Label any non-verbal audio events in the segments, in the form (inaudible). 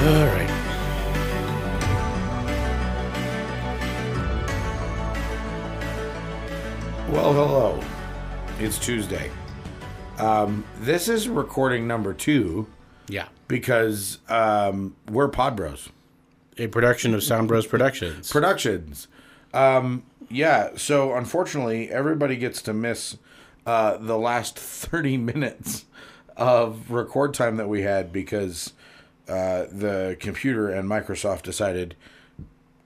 All right. Well, hello. It's Tuesday. Um, this is recording number two Yeah. because um, we're Pod Bros A production of Sound Bros Productions. Productions. Um, yeah, so unfortunately, everybody gets to miss uh, the last 30 (laughs) minutes of record time that we had because uh, the computer and Microsoft decided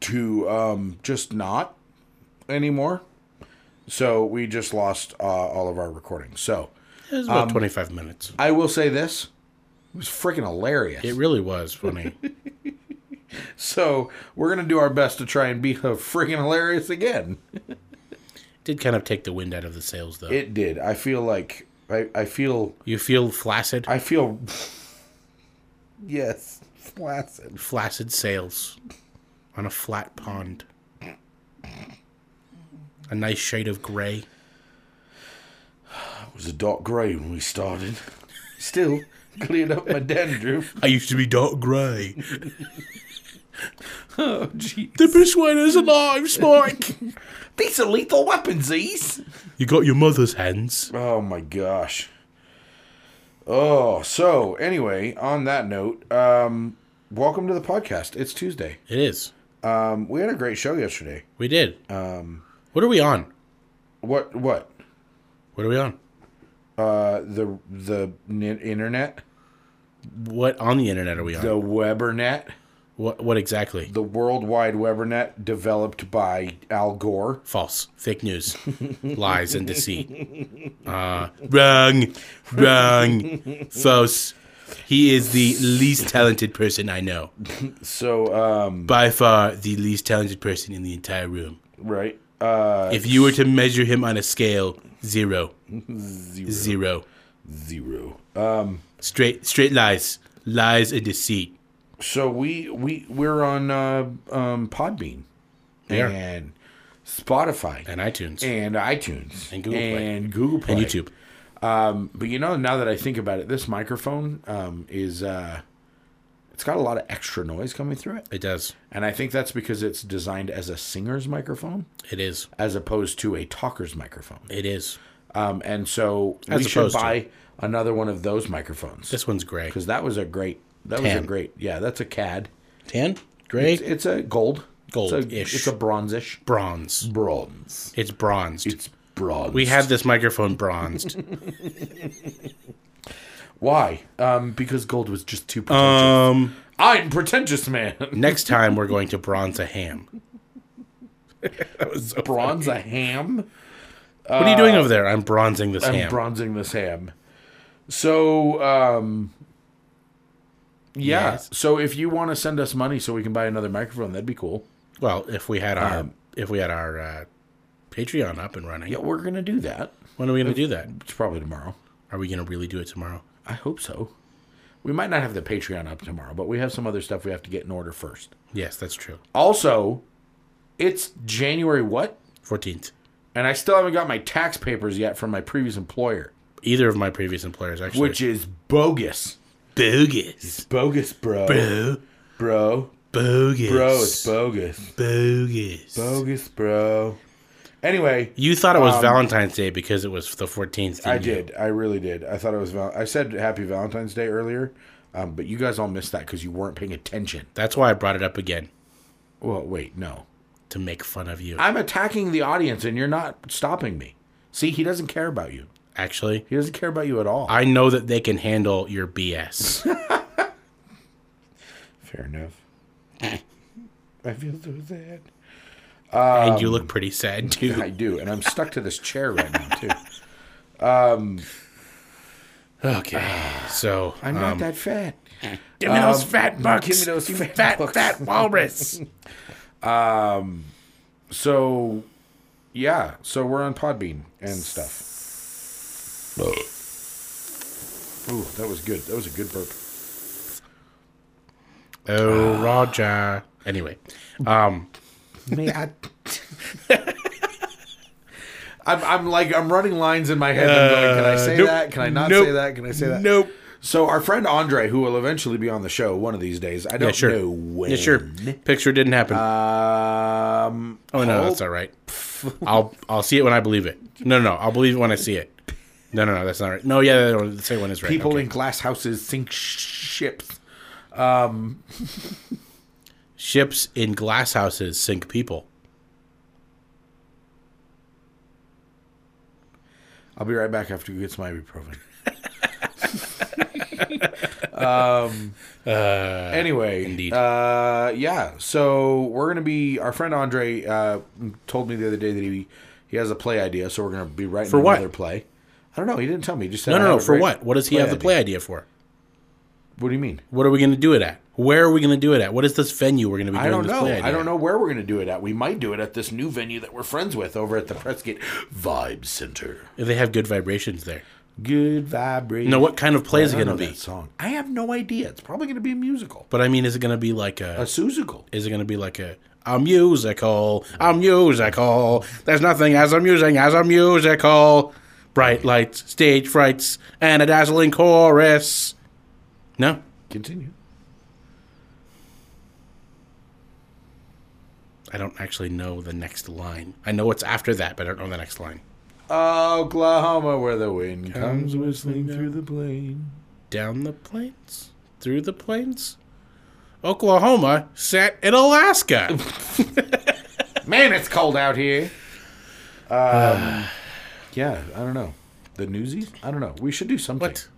to um, just not anymore. So we just lost uh, all of our recordings. So it was Um, about 25 minutes. I will say this it was freaking hilarious. It really was (laughs) funny. so we're going to do our best to try and be (laughs) freaking hilarious again. Did kind of take the wind out of the sails, though. It did. I feel like I, I feel you feel flaccid, I feel (laughs) yes, flaccid. flaccid sails on a flat pond. A nice shade of gray. It was a dark grey when we started. Still (laughs) cleared up (laughs) my dandruff. I used to be dark gray. Oh gee. the Persuader's alive, Spike. These are lethal weapons, these. you got your mother's hands. Oh my gosh. Oh, so anyway, on that note, um, welcome to the podcast. It's Tuesday. It is. Um, we had a great show yesterday. We did. Um, what are we on? What? What? What are we on? Uh, the the n- internet, What on the internet are we on? the Webernet. What, what exactly? the World Wide Webernet developed by Al Gore. False. Fake (laughs) news. Lies and deceit. Uh, wrong. Wrong. False. He is the least talented person I know. So, um, By far the least talented person in the entire room. right. Uh, If you were to measure him on a scale, zero. zero. Zero. zero. Uh, Straight straight lies. Lies and deceit. so we we we're on uh, um, Podbean Yeah. and Spotify And iTunes. And, and iTunes And Google Play. and Google Play YouTube. Um, but you know, now that I think about it, this microphone um, is uh, it's got a lot of extra noise coming through it, It does. and I think that's because it's designed as a singer's microphone It is. as opposed to a talker's microphone. It is. Um, and so we As should opposed to- buy another one of those microphones This one's gray. because that was a great. That was Tan. a great. Yeah, that's a CAD. Tan? Gray? It's, it's a gold. Gold-ish. It's a, it's a bronzish. bronze. Bronze. It's bronzed. It's bronze. we have this microphone bronzed. why? Um, because gold was just too pretentious. (laughs) um I'm (laughs) pretentious, man. Next time we're going to bronze a (laughs) ham. Bronze a ham. What are you doing over there? I'm bronzing this Uh, I'm ham. bronzing this ham. So, um, yeah. Yes. So if you want to send us money so we can buy another microphone, that'd be cool. well, if we had our Um, if we had our uh, Patreon up and running, Yeah, we're gonna do that. when are we going to do that? It's probably tomorrow. Are we going to really do it tomorrow? I hope so. We might not have the Patreon up tomorrow, but we have some other stuff we have to get in order first. Yes, that's true. Also, it's January what? Fourteenth. And I still haven't got my tax papers yet from my previous employer, Either of my previous employers actually. which is bogus. bogus, Bogus, bro. bro, Bro. bogus, Bro, it's bogus. bogus. Bogus, bro. Anyway, you thought it was Valentine's Day because it was the fourteenth. Um, I did. I really did. I thought it was val- I said happy Valentine's Day earlier, um, but you guys all missed that cuz you weren't paying attention. That's why I brought it up again Well, wait, no. to make fun of you. I'm attacking the audience and you're not stopping me. See, he doesn't care about you. actually, He doesn't care about you at all. I know that they can handle your (laughs) BS. Fair enough. (laughs) I feel so sad. and Um, you look pretty sad too. I do, and I'm stuck to this chair right now too. Um, (sighs) Okay. So I'm not that fat. Give me those fat bucks. give me those You fat fat, bucks. fat walrus. So, yeah. So we're on Podbean and stuff. Ooh, that was good. That was a good burp. (laughs) oh, Roger. Anyway, um, May I? (laughs) I'm, I'm like I'm running lines in my head. I'm going, Can I say Uh, nope. that? Can I not Nope. say that? Can I say that? Nope. So our friend Andre, who will eventually be on the show one of these days, I don't sure. know when. yeah, sure. Mm. Picture didn't happen. Uh, Um. oh no, Paul- that's all right. I'll I'll see it when I believe it. No, no, no. I'll believe it when I see it. No, no, no. That's not right. No, yeah, no, no, the second one is right. People Okay. in glass houses sink ships. ships in glass houses sink people. I'll be right back after you get (laughs) some ibuprofen. um, anyway, indeed. Uh, yeah, so we're gonna be. Our friend Andre uh, told me the other day that he he has a play idea, so we're gonna be writing For what? another play. I don't know. He didn't tell me. He just said No, "I no, have no. a For great what? What does he have the play idea for? What do you mean? What are we going to do it at? Where are we going to do it at? What is this venue we're going to be doing I don't this know. play idea? I don't know where we're gonna do it at. We might do it at this new venue that we're friends with over at the Prescott Vibe Center. If they have good vibrations there. Good vibration. No, what kind of play is I it don't going know to be? that song. I have no idea. It's probably gonna be a musical. But I mean, is it going to be like a? A Suzuki. Is it going to be like a? A musical, a musical. There's nothing as amusing as a musical. Bright lights, stage frights, and a dazzling chorus. No, Continue. I don't actually know the next line. I know what's after that, but I don't know the next line. Oklahoma, where the wind comes whistling through the plain. Down the plains, through the plains. Oklahoma, set in (laughs) Alaska. Man, it's cold out here. Um, (sighs) yeah, I don't know. The Newsies? I don't know. We should do something. What?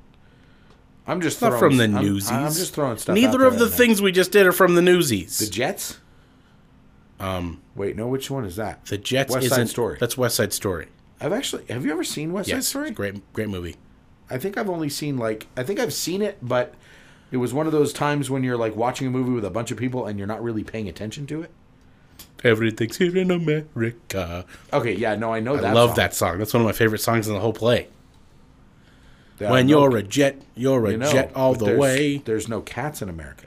I'm just Not from throwing, the I'm- Newsies. I'm, just throwing stuff. out Neither there of the right now. things we just did are from the Newsies. The Jets? um, Wait, no. Which one is that? the Jets West isn't. Side Story. That's West Side Story. I've actually. Have you ever seen West Yes, Side Story? great, great movie. I think I've only seen like. I think I've seen it, but it was one of those times when you're like watching a movie with a bunch of people and you're not really paying attention to it. Everything's here in America. Okay, yeah, no, I know that. I love song. that song. That's one of my favorite songs in the whole play. Yeah, when no you're a jet, you're a You know, jet all but the there's- way. There's no cats in America.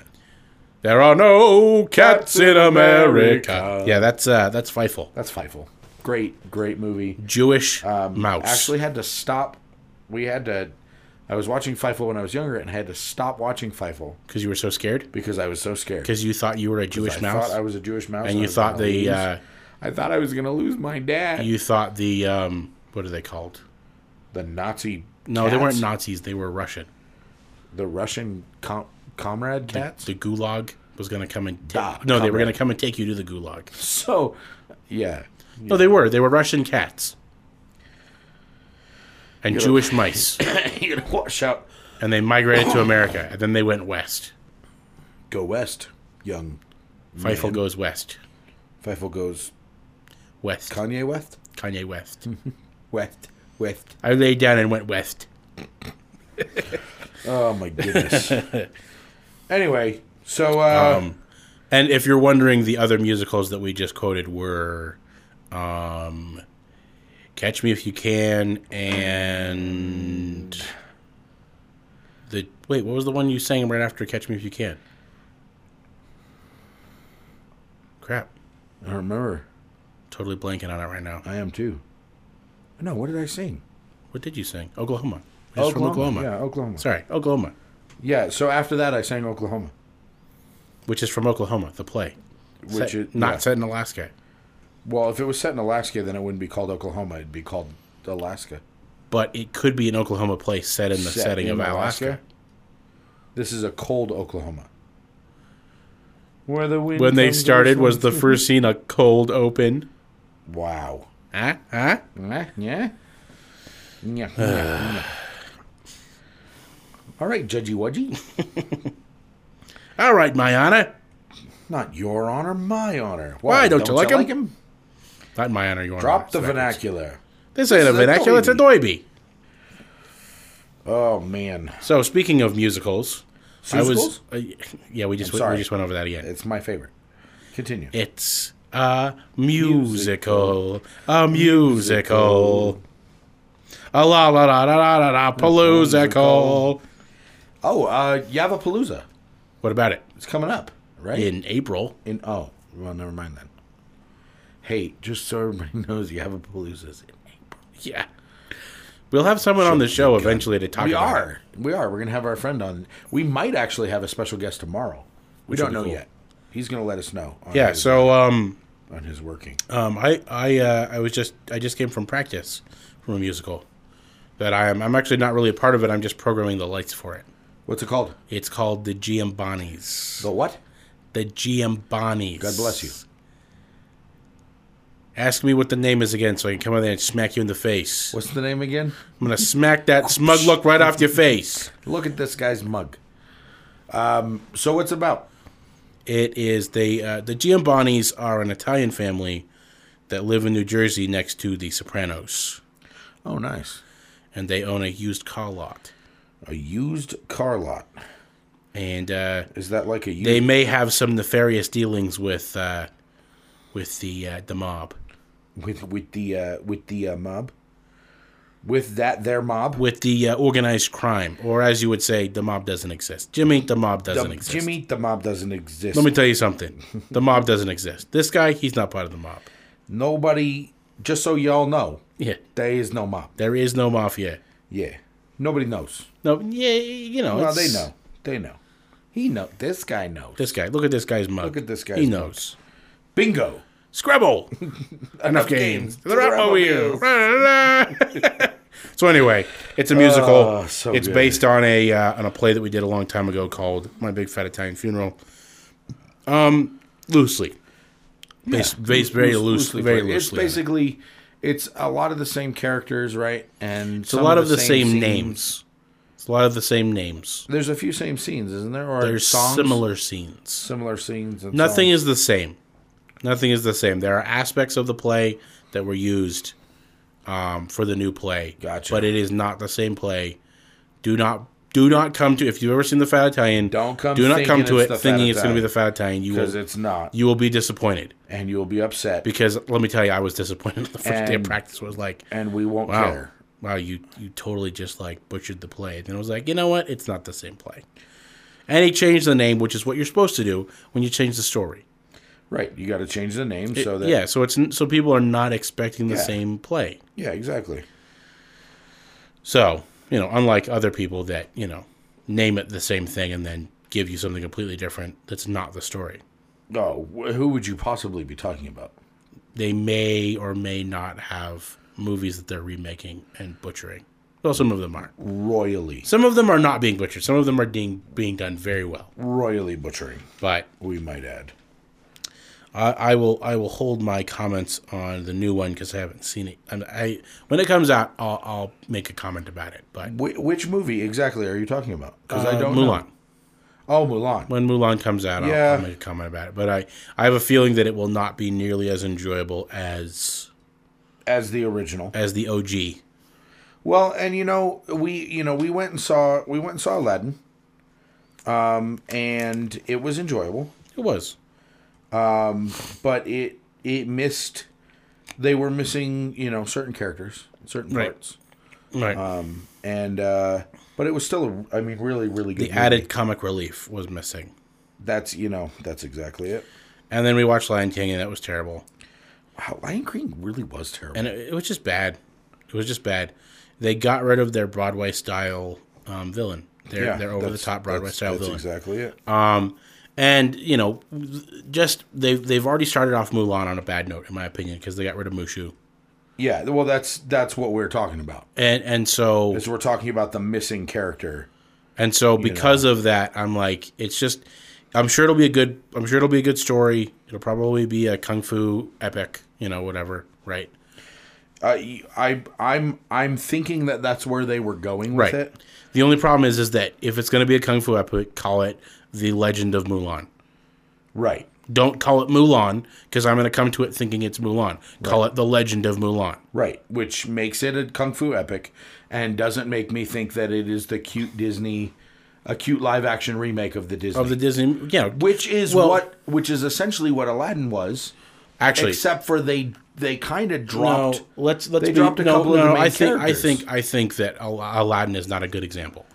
There are no cats in America. America. Yeah, that's uh, that's Feifel. That's Feifel. Great, great movie. Jewish mouse. Um, Actually, had to stop. We had to. I was watching Feifel when I was younger, and I had to stop watching Feifel because you were so scared because I was so scared. because you thought you were a Jewish I mouse, thought I was a Jewish mouse, and I you was thought gonna the lose- uh, I thought I was going to lose my dad. you thought the um, what are they called? the Nazi. No, they weren't cats? Nazis. They were Russian. The Russian com- comrade cats. The Gulag was going to come and ta- Da, no, they were comrade. going to come and take you to the Gulag. so, yeah. (laughs) No, they were. They were Russian cats and Jewish mice, you gotta watch out. and they migrated to America, and then they went west. Go west, young. Feifel goes west, Feifel goes west. Kanye West, Kanye West. West, (laughs) West. I laid down and went west. Oh my goodness. anyway, so uh, Um, And if you're wondering, the other musicals that we just quoted were um, Catch Me If You Can and the wait, what was the one you sang right after Catch Me If You Can? Crap, I remember. totally blanking on it right now. I am too. No, what did I sing? What did you sing? Oklahoma. Which is from Oklahoma. Yeah, Oklahoma. Sorry, Oklahoma, Yeah. So after that, I sang Oklahoma, which is from Oklahoma, the play, which Set- is not yeah. set in Alaska. Well, if it was set in Alaska, then it wouldn't be called Oklahoma. It'd be called Alaska. but it could be an Oklahoma place set in the Set setting of in Alaska. This is a cold Oklahoma. Where the wind When they comes started, was the whistling. first scene a cold open? wow. Huh? Huh? Yeah. Yeah. Yeah. (sighs) yeah. All right, Judgy Wudgy. All right, my honor. Not your honor, my honor. Why, don't you like him? Not my honor, you want Drop the vernacular. This ain't a This is a vernacular, it's a doiby. Oh man, So speaking of musicals, Musicals? I was uh, yeah, we just I'm we, sorry. just went over that again. it's my favorite. Continue. It's a musical, a musical. A la la la la la la la paloozacle. Oh, uh, Yavapalooza. What about it? It's coming up, right? In April, In oh, well, never mind then. Hey, just so everybody (laughs) knows, Yavapalooza's in April. yeah, we'll have someone on the show eventually to talk. We about are, it. we are. We're gonna have our friend on. We might actually have a special guest tomorrow. We Which would don't be know cool. yet. He's gonna let us know. On Yeah. his, So um on his working. um I I uh, I was just I just came from practice from a musical that I am I'm actually not really a part of it. I'm just programming the lights for it. What's it called? It's called the GM Bonnies. The what? The GM Bonnies. God bless you. Ask me what the name is again so I can come in there and smack you in the face. What's the name again? I'm going to smack that smug look right off your face. Look at this guy's mug. Um, so what's it about? It is they, uh, the GM Bonnies are an Italian family that live in New Jersey next to the Sopranos, Oh, nice. and they own a used car lot. A used car lot. And uh, Is that like a used? they may have some nefarious dealings with uh, with the uh, the mob, with with the uh, with the uh, mob, with that their mob. with the uh, organized crime, or as you would say, the mob doesn't exist. Jimmy, the mob doesn't The- exist. Jimmy, the mob doesn't exist. Let me tell you something. The mob doesn't exist. This guy, he's not part of the mob. Nobody. Just so y'all know, Yeah. there is no mob. There is no mafia. Yeah, nobody knows. No, yeah, you know. Well, it's- they know. They know. He know. This guy knows. This guy. Look at this guy's mug. Look at this He guy's mug. knows. Bingo. (laughs) Scrabble. Enough games. games. The Ratmo Wheel. Ra-la-la. (laughs) so anyway, it's a musical. Oh, so it's good. based on a uh, on a play that we did a long time ago called My Big Fat Italian Funeral. Um, loosely. Based, based very Loose- loosely, very played. loosely. It's on it. basically. It's a lot of the same characters, right? And It's a lot of the same, names. It's a lot of the same names. There's a few same scenes, isn't there? Or There's songs? similar scenes. similar scenes. And Nothing songs. is the same. Nothing is the same. There are aspects of the play that were used um, for the new play, Gotcha. but it is not the same play. Do not do not come to if you've ever seen the Fat Italian. Don't come Do not come thinking to it's it The Fat thinking it's going to be Italian. the Fat Italian. You because will it's not, you will be disappointed and you'll be upset. because let me tell you, I was disappointed (laughs) the first day of And- practice. Was like, and we won't wow, care. wow, you you totally just like butchered the play. And then I was like, you know what? It's not the same play. And he changed the name, which is what you're supposed to do when you change the story. Right. You got to change the name so that. yeah, so it's so people are not expecting the Oh, Yeah. same play. Yeah, exactly. So you know, unlike other people that you know name it the same thing and then give you something completely different that's not the story. Oh, wh- who would you possibly be talking about? They may or may not have movies that they're remaking and butchering. Well, some of them aren't. Royally. Some of them are not being butchered. Some of them are being being done very well. Royally butchering, But we might add. I, I will I will hold my comments on the new one because I haven't seen it. And I when it comes out, I'll, I'll make a comment about it. But Wh- which movie exactly are you talking about? Because I uh, don't Mulan. know. Oh, Mulan. When Mulan comes out, I'll, Yeah. I'll make a comment about it. But I I have a feeling that it will not be nearly as enjoyable as As the original. as the OG. Well, and you know, we you know, we went and saw we went and saw Aladdin. Um, and it was enjoyable. It was. but it it missed they were missing you know certain characters certain Right. parts Right. Um, and uh but it was still a, i mean really really good the added comic relief was missing. that's you know that's exactly it And then we watched Lion King, and that was terrible. wow lion king really was terrible and it, it was just bad. It was just bad. They got rid of their Broadway style um, villain. Their their over the that's- top Broadway that's- style that's villain. exactly it And you know, just they've they've already started off Mulan on a bad note, in my opinion, because they got rid of Mushu. yeah well that's that's what we're talking about And and so is we're talking about the missing character and so because of that, I'm like, it's just. I'm sure it'll be a good. I'm sure it'll be a good story. It'll probably be a kung fu epic. You know, whatever. Right. uh, y- I I'm I'm thinking that that's where they were going with Right. it. The only problem is, is that if it's going to be a kung fu epic, call it the Legend of Mulan. Right. Don't call it Mulan because I'm going to come to it thinking it's Mulan. Call it The Legend of Mulan. Right, which makes it a kung fu epic and doesn't make me think that it is the cute Disney a cute live action remake of the Disney. Of the Disney, yeah. which is Well- what which is essentially what Aladdin was, Actually, except for they they kind of no, dropped let's let's they be- dropped a no, couple of no, the main I think characters. I think I think that Al- Aladdin is not a good example.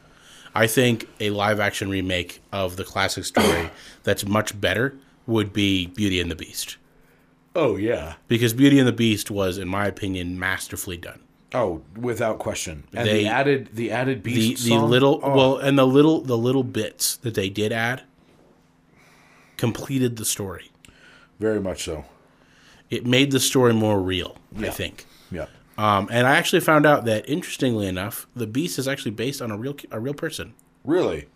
I think a live action remake of the classic (coughs) story that's much better would be Beauty and the Beast Oh yeah. because Beauty and the Beast was, in my opinion, masterfully done. Oh, without question. And They- the added the added beast the the song? little Oh, well and the little the little bits that they did add completed the story very much so. it made the story more real i Yeah. think Yeah. um, and i actually found out that interestingly enough the beast is actually based on a real a real person Really?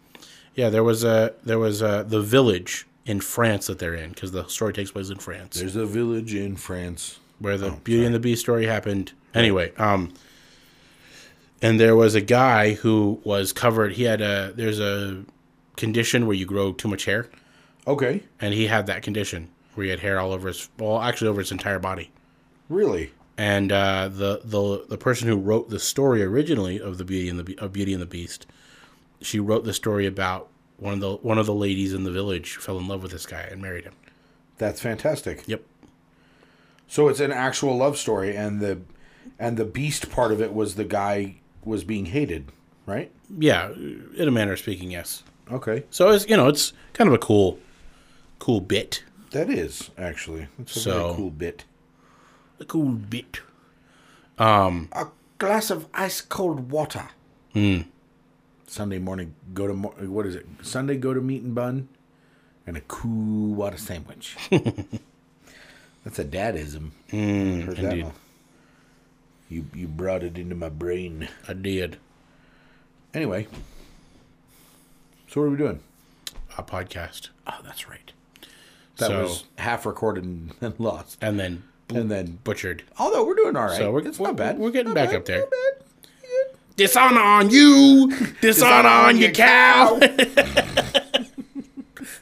yeah there was a there was a, the village in france that they're in because the story takes place in france There's a village in France. where the Beauty and the Beast story happened. Anyway, um, and there was a guy who was covered. He had a there's a condition where you grow too much hair, Okay. and he had that condition where he had hair all over his well, actually over his entire body. Really? And uh, the the the person who wrote the story originally of the Beauty and the Be- of Beauty and the Beast, she wrote the story about one of the one of the ladies in the village fell in love with this guy and married him. That's fantastic. Yep. So it's an actual love story and the and the beast part of it was the guy was being hated, right? Yeah, in a manner of speaking, yes. Okay. So it's you know it's kind of a cool, cool bit, That is actually. That's a So- very cool bit. a cool bit. A glass of ice cold water. Hmm. Sunday morning go to mo- what is it? Sunday go to meat and bun and a cool water (laughs) sandwich. That's a dadism. Heard that Hmm, indeed. one. You you brought it into my brain. I did Anyway. So what are we doing? a podcast, Oh, that's right. That So- was half recorded and, and lost, and then and then. butchered. Although we're doing all right, So we're- it's we're- not bad. we're getting Not back bad, up there. not bad. Dishonor on (laughs) you, dishonor on your cow.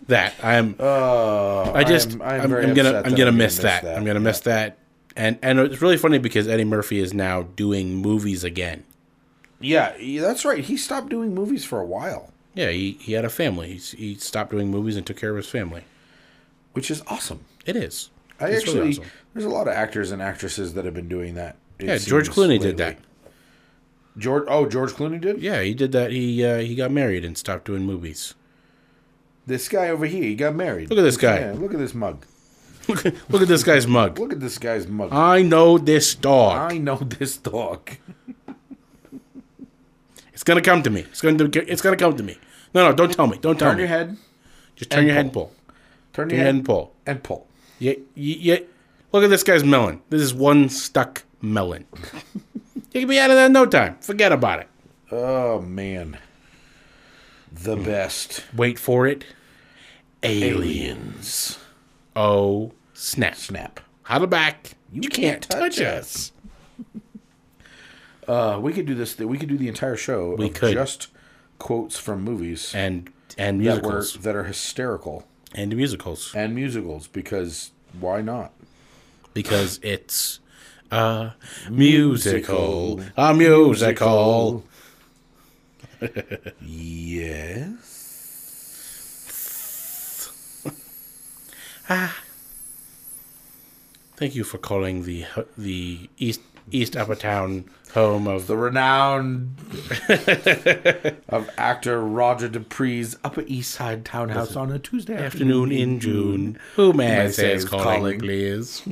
that I'm. I just am- Oh, I I am am very I'm gonna I'm gonna upset that I didn't miss miss that. that. I'm gonna miss that. And and it's really funny because Eddie Murphy is now doing movies again. Yeah, yeah, that's right. He stopped doing movies for a while, Yeah, he, he had a family. He's, he stopped doing movies and took care of his family. which is awesome. It is. I It's actually, really awesome. there's a lot of actors and actresses that have been doing that. it yeah, George seems, Clooney did lately. that. George, oh, George Clooney did. Yeah, he did that. He uh, he got married and stopped doing movies. (laughs) This guy over here, he got married. Look at this guy. Yeah, look at this mug. Look at this guy's mug. Look at this guy's mug. I know this dog. I know (laughs) this dog. It's gonna come to me. It's gonna it's gonna come to me. No, no, don't tell me. Don't tell Turn me. your head. Just turn your head and pull. Turn Turn your your head head and pull. and pull. Yeah, yeah. Look at this guy's melon. This is one stuck (laughs) melon. you can be out of that in no time. Forget about it. Oh man, the best Wait for it. Alien. aliens. Oh snap! Snap. Huddle back. You, can't, touch us. Uh, we could do this. We could do the entire show. We could. just quotes from movies And and that were musicals that are hysterical and musicals. and musicals because why not? (laughs) because it's a musical, a musical. (laughs) Yes. Thank you for calling the the East East Upper Town home of The renowned of actor Roger Dupree's Upper East Side townhouse on a Tuesday afternoon in June. Who may I say is calling, calling. please?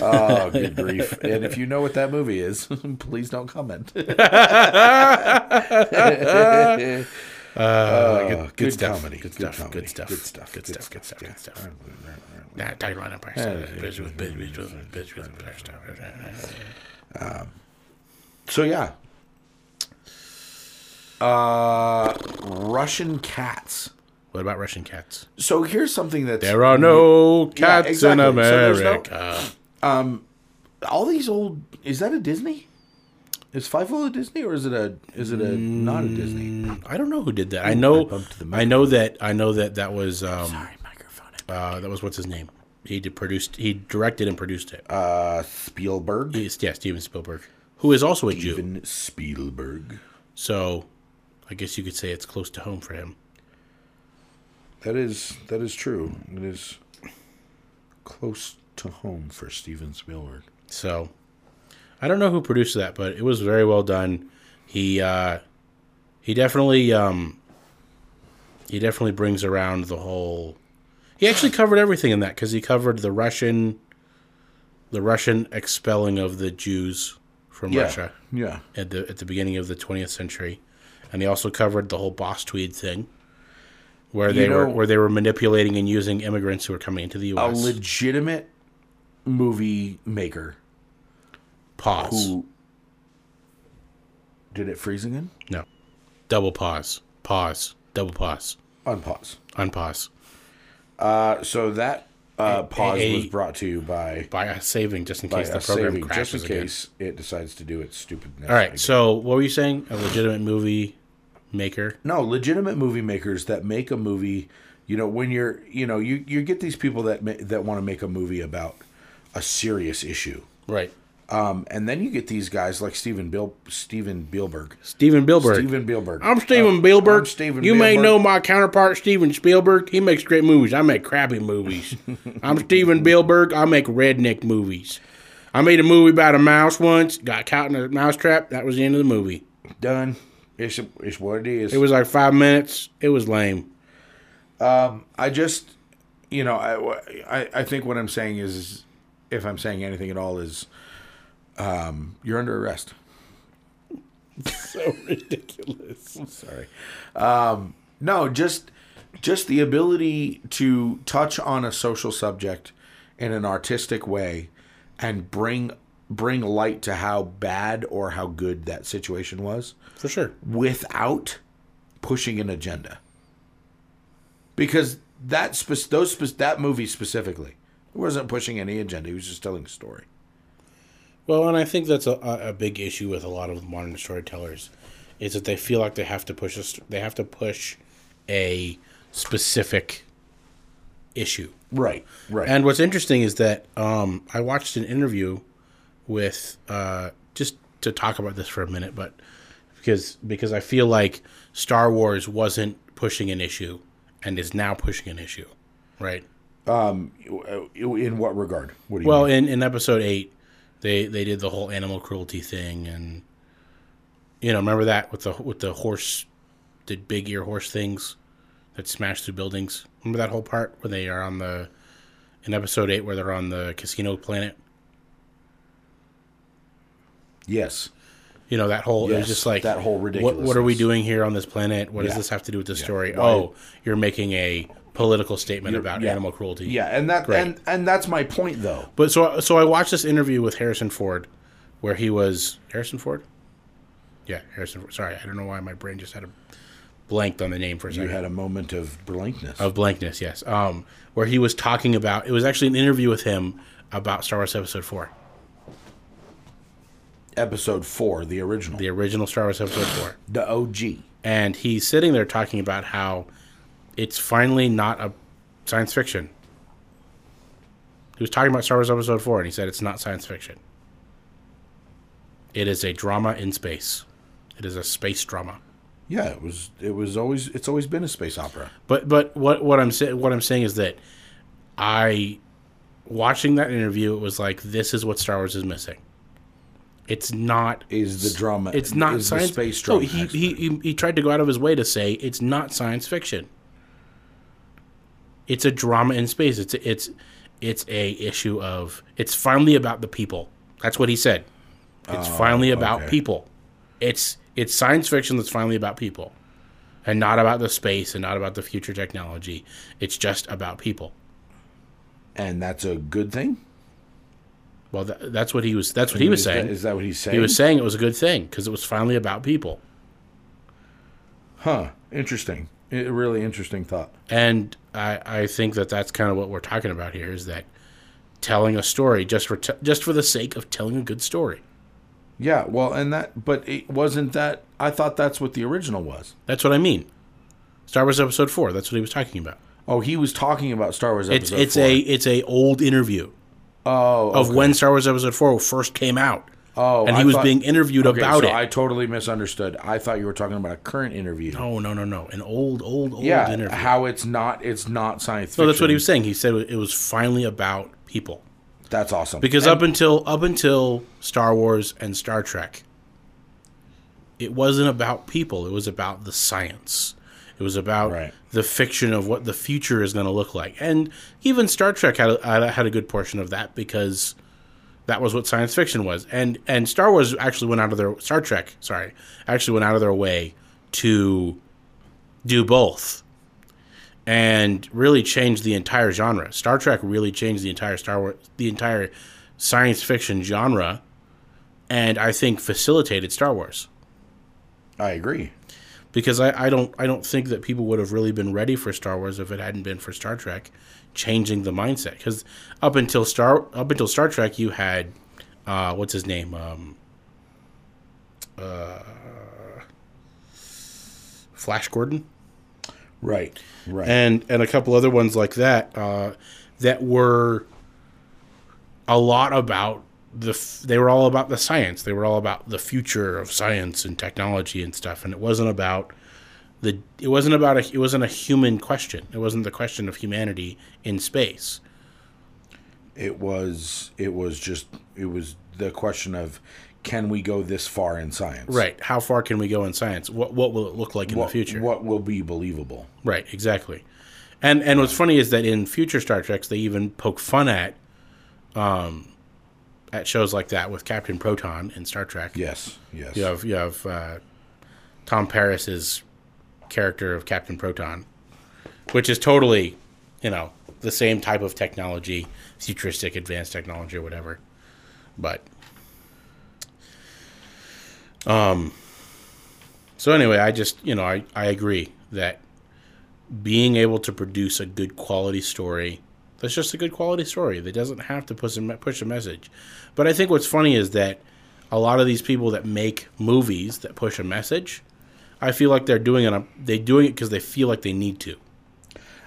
Oh, good grief. And if you know what that movie is, (laughs) please (laughs) don't comment. Uh, good, good, Oh, good stuff. comedy, Good good stuff. comedy, Good stuff. good stuff, Good good stuff. Good stuff. stuff, Good stuff. Nah, tight line up. so, yeah. Uh, Russian cats. What about Russian cats? So here's something that's There are no cats exactly. in So there's no- America. all these old. Is that a Disney? Is Fievel a Disney or is it a is it a not a Disney? microphone. Mm, I don't know who did that. I know. bumped the I know that. I know that that was. Um, Sorry, microphone. uh, that was what's his name. He did produced. He directed and produced it. Uh, Spielberg. Yes, yeah, Steven Spielberg, who is also a Jew. Steven Spielberg. So, I guess you could say it's close to home for him. That is that is true. It is close to home for Steven Spielberg. So I don't know who produced that, but it was very well done. He uh, he definitely um, he definitely brings around the whole. He actually covered everything in that because he covered the Russian the Russian expelling of the Jews from Yeah. Russia Yeah. at the at the beginning of the 20th century, and he also covered the whole Boss Tweed thing. Where they were, know- where they were manipulating and using immigrants who were coming into the A U.S. legitimate movie maker pause. who did it freeze again? No. Double pause. Pause. Double pause. Unpause. Unpause. Uh, so that uh, pause a- was brought to you by, By us saving just in by case the us program saving, just in crashes again. case it decides to do its stupidness. All right. So what were you saying? A legitimate movie maker. No, legitimate movie makers that make a movie. You know, when you're, you know, you you get these people that ma- that want to make a movie about a serious issue, Right. um, and then you get these guys like Steven Bill Steven Spielberg. Steven Spielberg. Steven Spielberg. I'm Steven Spielberg. I'm Steven you may Spielberg. know my counterpart, Steven Spielberg. He makes great movies. I make crappy (laughs) movies. I'm Steven Spielberg. I make redneck movies. I made a movie about a mouse once. Got caught in a mouse trap. That was the end of the movie. Done. It's it's what it is. It was like five minutes. It was lame. (laughs) I just, you know, I, I, I think what I'm saying is, if I'm saying anything at all, is um, you're under arrest. So ridiculous. Sorry. Um, no, just just the ability to touch on a social subject in an artistic way and bring bring light to how bad or how good that situation was For sure. without pushing an agenda. Because that spec- those spec- that movie specifically wasn't pushing any agenda. He was just telling a story. Well, and I think that's a, a a big issue with a lot of modern storytellers, is that they feel like they have to push a, st- they have to push a specific issue. Right. Right. And what's interesting is that um, I watched an interview with uh, just to talk about this for a minute, but because because I feel like Star Wars wasn't pushing an issue and is now pushing an issue, right? uh, in what regard? What do you Well, mean? in, in episode eight, they they did the whole animal cruelty thing, and you know, remember that with the with the horse, the big ear horse things that smash through buildings. Remember that whole part where they are on the in episode eight where they're on the casino planet. yes. You know that whole it was Yes, just like that whole What, what are we ridiculousness. doing here on this planet? What does Yeah. this have to do with the story? Why- Oh, you're making a political statement about yeah. animal cruelty. Yeah, and that Great. and and that's my point though. But so so I watched this interview with Harrison Ford, where he was Harrison Ford. Yeah, Harrison. Ford. Sorry, I don't know why my brain just had a blanked on the name for a You second. had a moment of blankness. of blankness, yes. Um, where he was talking about it was actually an interview with him about Star Wars Episode Four, Episode 4, the original. the original Star Wars Episode Four, The OG. and he's sitting there talking about how it's finally not a science fiction. He was talking about Star Wars Episode Four, and he said it's not science fiction. It is a drama in space. It is a space drama. Yeah, it was it was always it's always been a space opera. But but what what I'm saying what I'm saying is that I watching that interview, it was like this is what Star Wars is missing. It's not. Is the drama It's not is the science. space no, drama. he, he he he tried to go out of his way to say it's not science fiction. It's a drama in space. It's it's it's a issue of it's finally about the people. That's what he said. It's finally about Oh, okay. people. It's it's science fiction that's finally about people, and not about the space and not about the future technology. It's just about people. and that's a good thing? Well, tha that's what he was. That's what he was is saying. That, is that what he's saying? he was saying it was a good thing because it was finally about people. Huh. Interesting. A really interesting thought. And I, I think that that's kind of what we're talking about here is that telling a story just for te- just for the sake of telling a good story. Yeah. Well, and that, but it wasn't that. I thought that's what the original was. That's what I mean. Star Wars Episode Four. That's what he was talking about. Oh, he was talking about Star Wars It's episode it's four. a it's a old interview oh of when Star Wars Episode Four first came out. oh, and I he was thought- being interviewed okay, about so it. I totally misunderstood. I thought you were talking about a current interview. No, no, no, no. An old, old, old yeah, interview. how it's not it's not science fiction. no, that's what he was saying. He said it was finally about people That's awesome. because And- up until up until Star Wars and Star Trek, it wasn't about people. It was about the science. It was about Right. the fiction of what the future is going to look like. And even Star Trek had a, had a good portion of that because that was what science fiction was. And and Star Wars actually went out of their Star Trek, sorry, actually went out of their way to do both and really change the entire genre. Star Trek really changed the entire Star Wars the entire science fiction genre and I think facilitated Star Wars I agree. because I, I don't I don't think that people would have really been ready for Star Wars if it hadn't been for Star Trek changing the mindset because up until Star up until Star Trek you had uh, what's his name um, uh, Flash Gordon Right. Right. and and a couple other ones like that uh, that were a lot about the f- they were all about the science they were all about the future of science and technology and stuff and it wasn't about the it wasn't about a it wasn't a human question it wasn't the question of humanity in space it was it was just it was the question of can we go this far in science? right how far can we go in science what what will it look like in What, the future What will be believable? Right, exactly. And and what's funny is that in future Star Treks they even poke fun at um at shows like that with Captain Proton in Star Trek. Yes. Yes. You have you have uh, Tom Paris's character of Captain Proton, which is totally, you know, the same type of technology, futuristic advanced technology or whatever. But um um, so anyway, I just, you know, I, I agree that being able to produce a good quality story that's just a good quality story that doesn't have to push a, me- push a message but i think what's funny is that a lot of these people that make movies that push a message i feel like they're doing it on- they doing it because they feel like they need to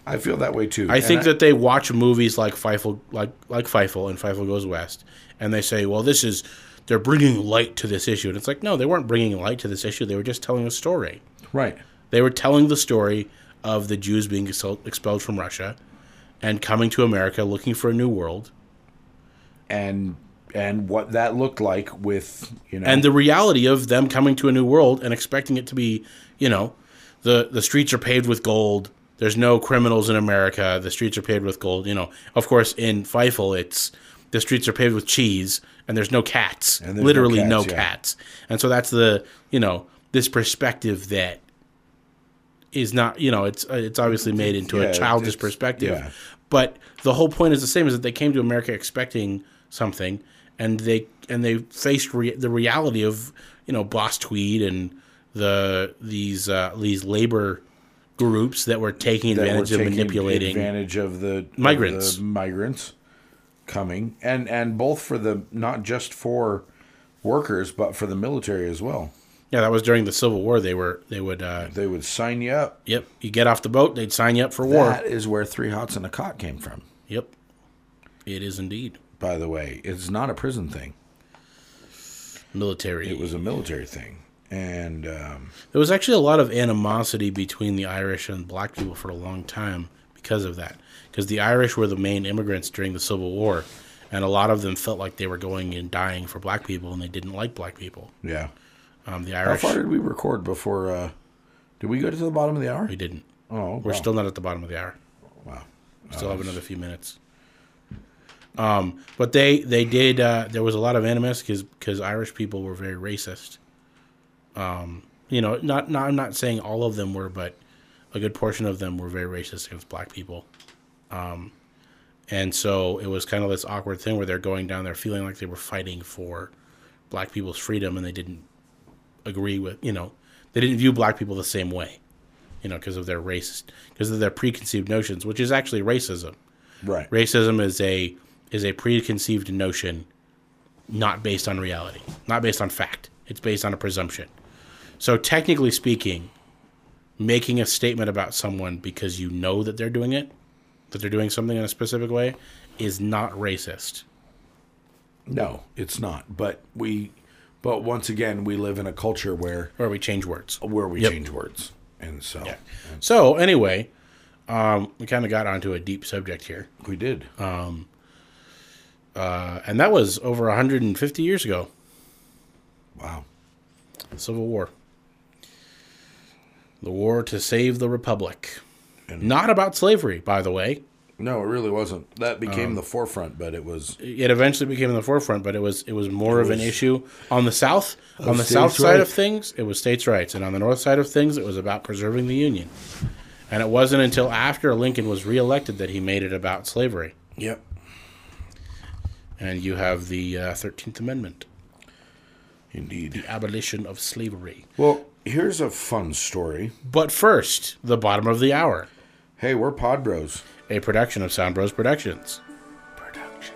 I feel that way too. I And think that they watch movies like Feifel, like like Feifel and Feifel Goes West, and they say, "Well, this is they're bringing light to this issue." And it's like, no, they weren't bringing light to this issue. They were just telling a story. right. They were telling the story of the Jews being exel- expelled from Russia and coming to America looking for a new world And and what that looked like with you know and the reality of them coming to a new world and expecting it to be, you know, the the streets are paved with gold. There's no criminals in America. The streets are paved with gold, you know. Of course, in Feifel, it's the streets are paved with cheese and there's no cats. there's no literally no cats, cats, yeah. And so that's the, you know, this perspective that is not, you know, it's uh, it's obviously made into yeah, a childish it's- perspective. yeah. But the whole point is the same: is that they came to America expecting something, and they and they faced re- the reality of you know Boss Tweed and the these uh, these labor groups that were taking that advantage were of taking manipulating. advantage of the of migrants. the migrants coming and and both for the not just for workers but for the military as well. Yeah, that was during the Civil War. They were they would uh, They would sign you up. yep. You get off the boat, they'd sign you up for war. That is where three hots and a cot came from. Yep, it is indeed By the way, it's not a prison thing. military. It was a military thing, and um, There was actually a lot of animosity between the Irish and black people for a long time because of that. Because the Irish were the main immigrants during the Civil War, and a lot of them felt like they were going and dying for black people, and they didn't like black people. yeah. Um, the How Irish, far did we record before? Uh, did we go to the bottom of the hour? we didn't. Oh, We're wow. still not at the bottom of the hour. wow. Still have another few minutes. Um, but they they did. Uh, there was a lot of animus because Irish people were very racist. Um, you know, not not I'm not saying all of them were, but a good portion of them were very racist against black people. Um, and so it was kind of this awkward thing where they're going down there feeling like they were fighting for black people's freedom, and they didn't agree with you know they didn't view black people the same way you know, because of their racist, because of their preconceived notions, which is actually racism. Right. Racism is a is a preconceived notion, not based on reality, not based on fact. It's based on a presumption. So technically speaking, making a statement about someone because you know that they're doing it, that they're doing something in a specific way, is not racist. No, it's not. But we, but once again, we live in a culture where Or we change words. where we Yep. change words, and so So anyway, um, we kind of got onto a deep subject here, we did. uh, and that was over 150 years ago, wow. the Civil War, the war to save the republic. Not about slavery, by the way. No, it really wasn't. That became the forefront, but it was It eventually became in the forefront, but it was it was more of an was- issue on the South. On the states' South side of rights. things, it was states' rights, and on the North side of things, it was about preserving the Union. And it wasn't until after Lincoln was reelected that he made it about slavery. yep. And you have the uh, 13th Amendment. Indeed. abolition of slavery. Well, here's a fun story. But first, the bottom of the hour, Hey, we're pod bros. a production of Sound Bros Productions. Production.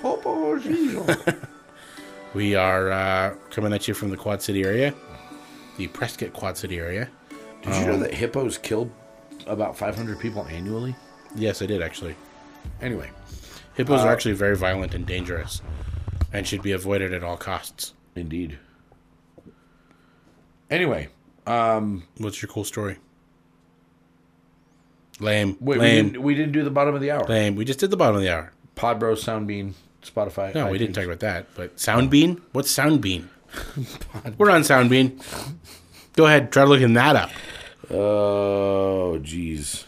Popo Gigio. We are uh, coming at you from the Quad City area, the Prescott Quad City area. Did Um, you know that hippos kill about 500 people annually? Yes, I did actually. Anyway, Hippos Uh, are actually very violent and dangerous, and should be avoided at all costs. indeed. Anyway, What's your cool story? Lame, wait, we lame, didn't, we didn't do the bottom of the hour. lame. We just did the bottom of the hour. Pod bros, Soundbean, Spotify. No, we didn't talk about that. But Soundbean? What's (laughs) Soundbean? We're on Soundbean. Go ahead, try looking that up. Oh, jeez.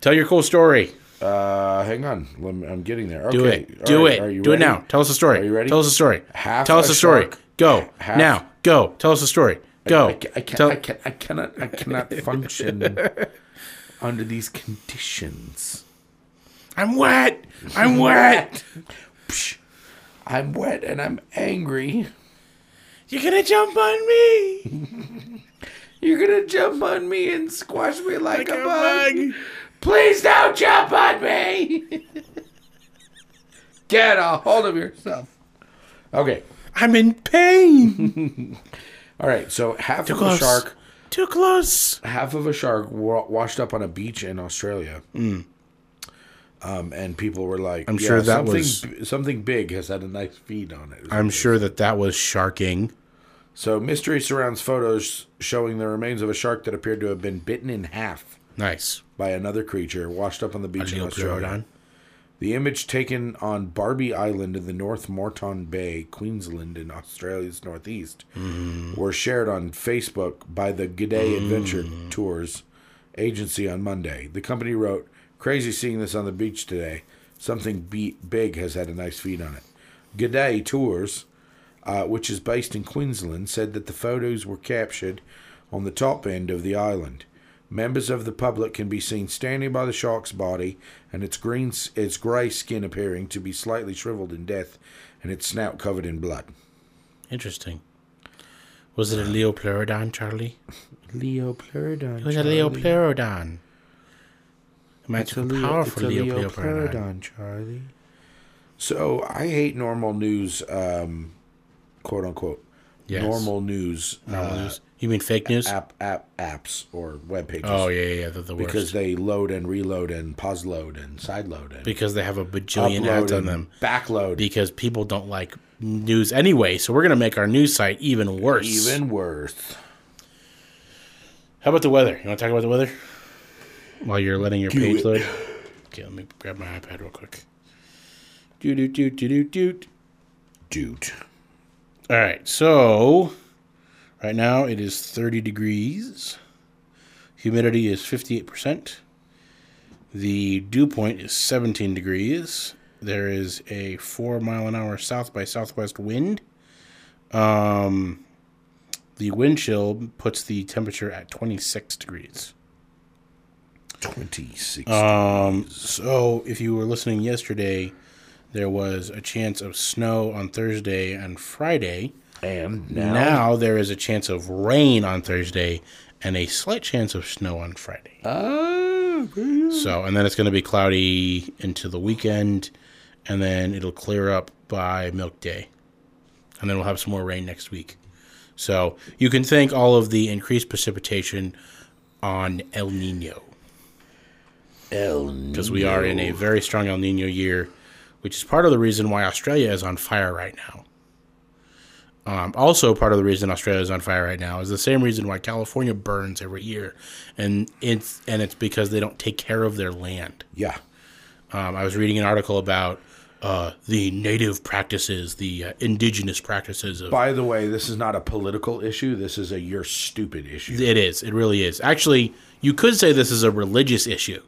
Tell your cool story. Uh, hang on. Let me- I'm getting there. Okay. Do all it. Do right, are you it. Do ready? it now. Tell us a story. Are you ready? Tell us a story. Half Tell us a a story. shark. Go. Half- Now. Go. Tell us a story. Go. I, ca- I can't. Tell- I, can, I cannot. I cannot function (laughs) under these conditions. I'm wet. (laughs) I'm wet. Psh, I'm wet and I'm angry. You're going to jump on me. You're gonna jump on me and squash me like, a, a bug. bug. Please don't jump on me. (laughs) Get a hold of yourself. Okay. I'm in pain. All right. So half of (laughs) a Close. shark, Too close. half of a shark wa- washed up on a beach in Australia. Um, and people were like, Mm. I'm sure that something, was- b- something big has had a nice feed on it." I'm sure that that was sharking. So mystery surrounds photos showing the remains of a shark that appeared to have been bitten in half Nice. by another creature washed up on the beach in Australia. Leopardon. The image taken on Barbie Island in the North Moreton Bay, Queensland, in Australia's northeast, were shared on Facebook by the G'day Adventure Tours agency on Monday. The company wrote, "Crazy seeing this on the beach today. Something be- big has had a nice feed on it." G'day Tours, uh, which is based in Queensland, said that the photos were captured on the top end of the island. Members of the public can be seen standing by the shark's body, and its green, s- its grey skin appearing to be slightly shriveled in death, and its snout covered in blood. Interesting. Was it a Leopleurodon, Charlie? Leopleurodon. It was a Leopleurodon. A magical, powerful Leopleurodon. Charlie. So I hate normal news, um, quote unquote, Yes. normal news, Normal uh, news. You mean fake news? app app apps or web pages. oh yeah, yeah, yeah, they're the worst. Because, because they load and reload and pause load and side load and they have a bajillion upload ads on and them. backload. Because people don't like news anyway, so we're gonna make our news site even worse. Even worse. How about the weather? You want to talk about the weather while you're letting your page it. load? Okay, let me grab my iPad real quick. Doot doot doot doot doot doot. Dude. All right, so right now it is 30 degrees. Humidity is 58%. The dew point is 17 degrees. There is a 4 mile an hour south by southwest wind. Um the wind chill puts the temperature at 26 degrees. 26. Um so if you were listening yesterday, there was a chance of snow on Thursday and Friday. and now, Now there is a chance of rain on Thursday and a slight chance of snow on Friday. Oh. Ah, So, and then it's going to be cloudy into the weekend and then it'll clear up by milk day. and then we'll have some more rain next week. So you can thank all of the increased precipitation on El Nino El because we are in a very strong El Nino year, which is part of the reason why Australia is on fire right now. Um, also, part of the reason Australia is on fire right now is the same reason why California burns every year, and it's and it's because they don't take care of their land. Yeah. Um, I was reading an article about uh, the native practices, the uh, indigenous practices of. By the way, this is not a political issue. This is a you're stupid issue. It is. It really is. Actually, you could say this is a religious issue.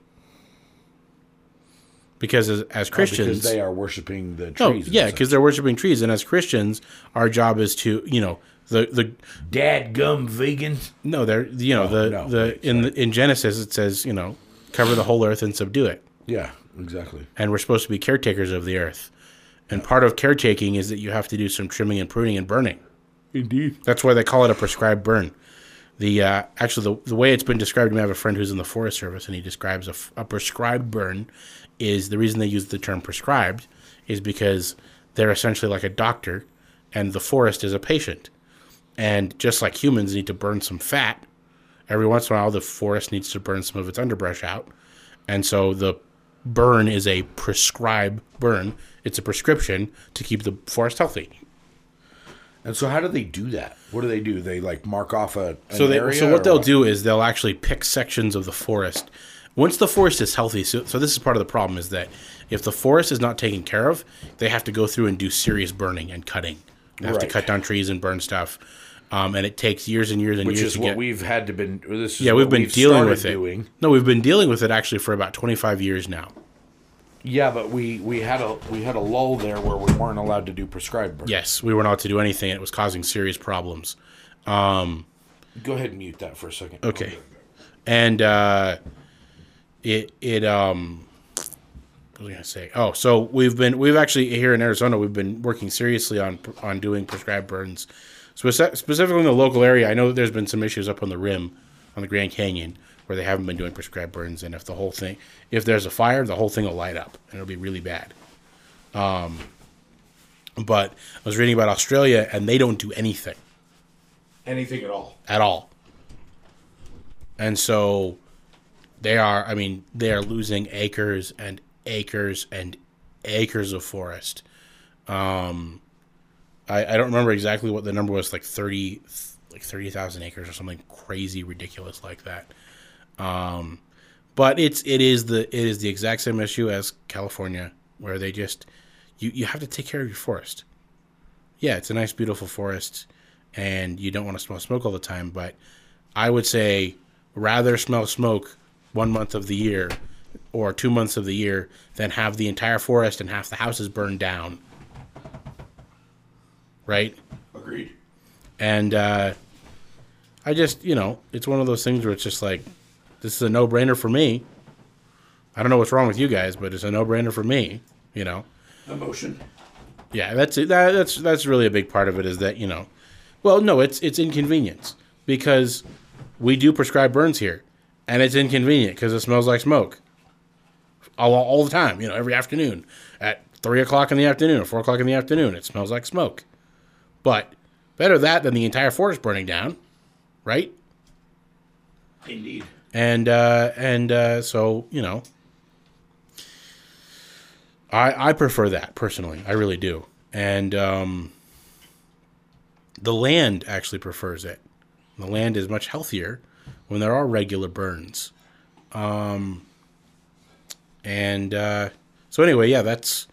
Because as, as Christians, Because they are worshiping the trees. No, and Oh, yeah, stuff. because they're worshiping trees, and as Christians, our job is to, you know, the the dadgum vegans. no, they're you know the Oh, no, the in the, in Genesis it says you know cover the whole earth and subdue it, Yeah, exactly. and we're supposed to be caretakers of the earth, and part of caretaking is that you have to do some trimming and pruning and burning. Indeed. That's why they call it a prescribed burn. The uh, actually the, the way it's been described to me, I have a friend who's in the Forest Service, and he describes a, f- a prescribed burn is the reason they use the term prescribed is because they're essentially like a doctor, and the forest is a patient, and just like humans need to burn some fat, every once in a while the forest needs to burn some of its underbrush out, and so the burn is a prescribed burn. It's a prescription to keep the forest healthy. And so, how do they do that? What do they do? They like mark off a an So they, area so or what they'll do is they'll actually pick sections of the forest. Once the forest is healthy, so, so this is part of the problem is that if the forest is not taken care of, they have to go through and do serious burning and cutting. They have to Right. cut down trees and burn stuff, um, and it takes years and years and Which years is to what get. we've had to been. This is yeah, what we've been dealing started with it. Doing. No, we've been dealing with it actually for about twenty five years now. Yeah, but we we had a we had a lull there where we weren't allowed to do prescribed burn. Yes, we were not to do anything. It was causing serious problems. Go ahead and mute that for a second. Okay. And uh, it it um what was I gonna say? Oh, so we've been we've actually here in Arizona we've been working seriously on on doing prescribed burns, Spec- specifically in the local area. I know that there's been some issues up on the rim, on the Grand Canyon, where they haven't been doing prescribed burns, and if the whole thing, if there's a fire, the whole thing will light up, and it'll be really bad. Um, but I was reading about Australia, and they don't do anything Anything at all? at all. And so they are, I mean, they are losing acres and acres and acres of forest. Um, I, I don't remember exactly what the number was, like 30, like 30,000 acres or something crazy ridiculous like that. Um, but it's, it is the, it is the exact same issue as California where they just, you, you have to take care of your forest yeah, it's a nice, beautiful forest, and you don't want to smell smoke all the time. But I would say rather smell smoke one month of the year or two months of the year than have the entire forest and half the houses burned down. Right? Agreed. And uh, I just, you know, it's one of those things where it's just like, this is a no brainer for me. I don't know what's wrong with you guys, but it's a no brainer for me, you know? Emotion. Yeah, that's it. That, that's that's really a big part of it is that you know, well, no, it's it's inconvenience because we do prescribe burns here, and it's inconvenient because it smells like smoke all, all the time. You know, every afternoon at three o'clock in the afternoon or four o'clock in the afternoon, it smells like smoke. But better that than the entire forest burning down, right? Indeed. and uh, and uh, so you know, I I prefer that personally. I really do, and um, the land actually prefers it. The land is much healthier when there are regular burns, um, and uh, so anyway, yeah, that's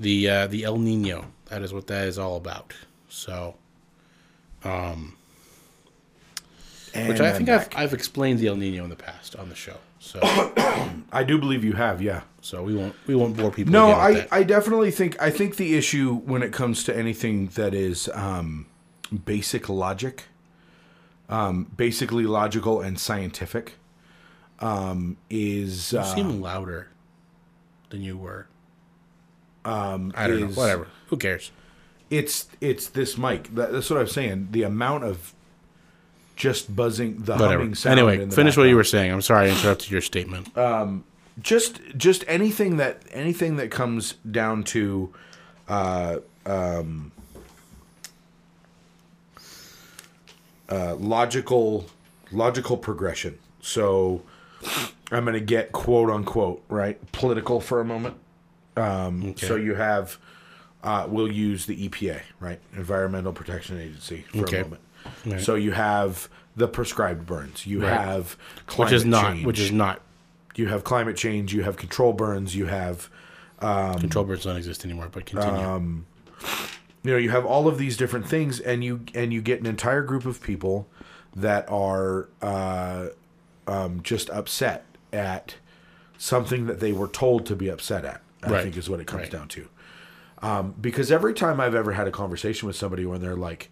the uh, the El Nino. That is what that is all about. So, which I think I've, I've explained the El Nino in the past on the show, so I do believe you have. Yeah. so we won't we won't bore people. No, again with I, that. I definitely think I think the issue when it comes to anything that is um, basic logic, um, basically logical and scientific, um, is You uh, seem louder than you were. Um, I don't know. is- Whatever. Who cares? it's it's this mic. That, that's what I'm saying. The amount of just buzzing, the Whatever. humming sound. Anyway, in finish the what you background. Uh, were saying. I'm sorry I interrupted your statement. just just anything that anything that comes down to uh, um, uh, logical logical progression. So I'm going to get quote unquote right political for a moment. Um, So you have uh, we'll use the EPA right Environmental Protection Agency for Okay. a moment. Right. So you have the prescribed burns. You have climate which is not change. which is not you have climate change. You have control burns. You have control birds don't exist anymore. But continue. Um, you know you have all of these different things and you and you get an entire group of people that are uh, um, just upset at something that they were told to be upset at i Right. think is what it comes Right. down to um, because every time i've ever had a conversation with somebody when they're like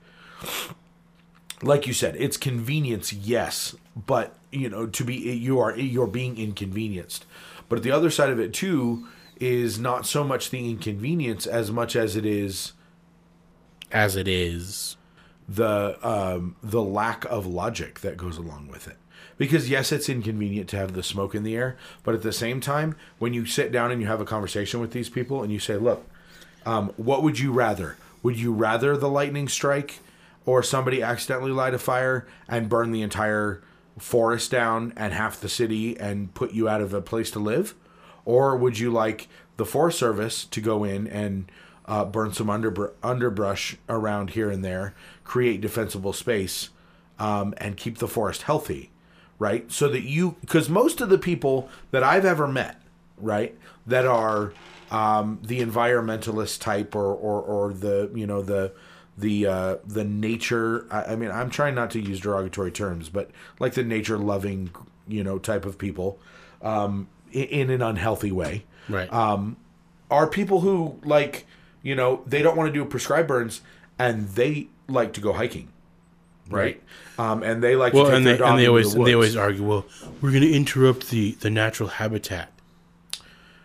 like you said it's convenience yes but you know to be you are you're being inconvenienced but the other side of it too is not so much the inconvenience as much as it is As it is, the um, the lack of logic that goes along with it. Because yes, it's inconvenient to have the smoke in the air, but at the same time, when you sit down and you have a conversation with these people and you say, "Look, um, what would you rather? Would you rather the lightning strike, or somebody accidentally light a fire and burn the entire forest down and half the city and put you out of a place to live, or would you like the Forest Service to go in and uh, burn some underbr- underbrush around here and there, create defensible space, um, and keep the forest healthy, right? So that you, because most of the people that I've ever met, right, that are um, the environmentalist type or, or or the you know the the uh, the nature. I, I mean, I'm trying not to use derogatory terms, but like the nature loving you know type of people um, i- in an unhealthy way right? uh, are people who like you know they don't want to do prescribed burns and they like to go hiking right, um and they like well, to take and their they dog and they into always the and they always woods. argue. Well, we're going to interrupt the the natural habitat.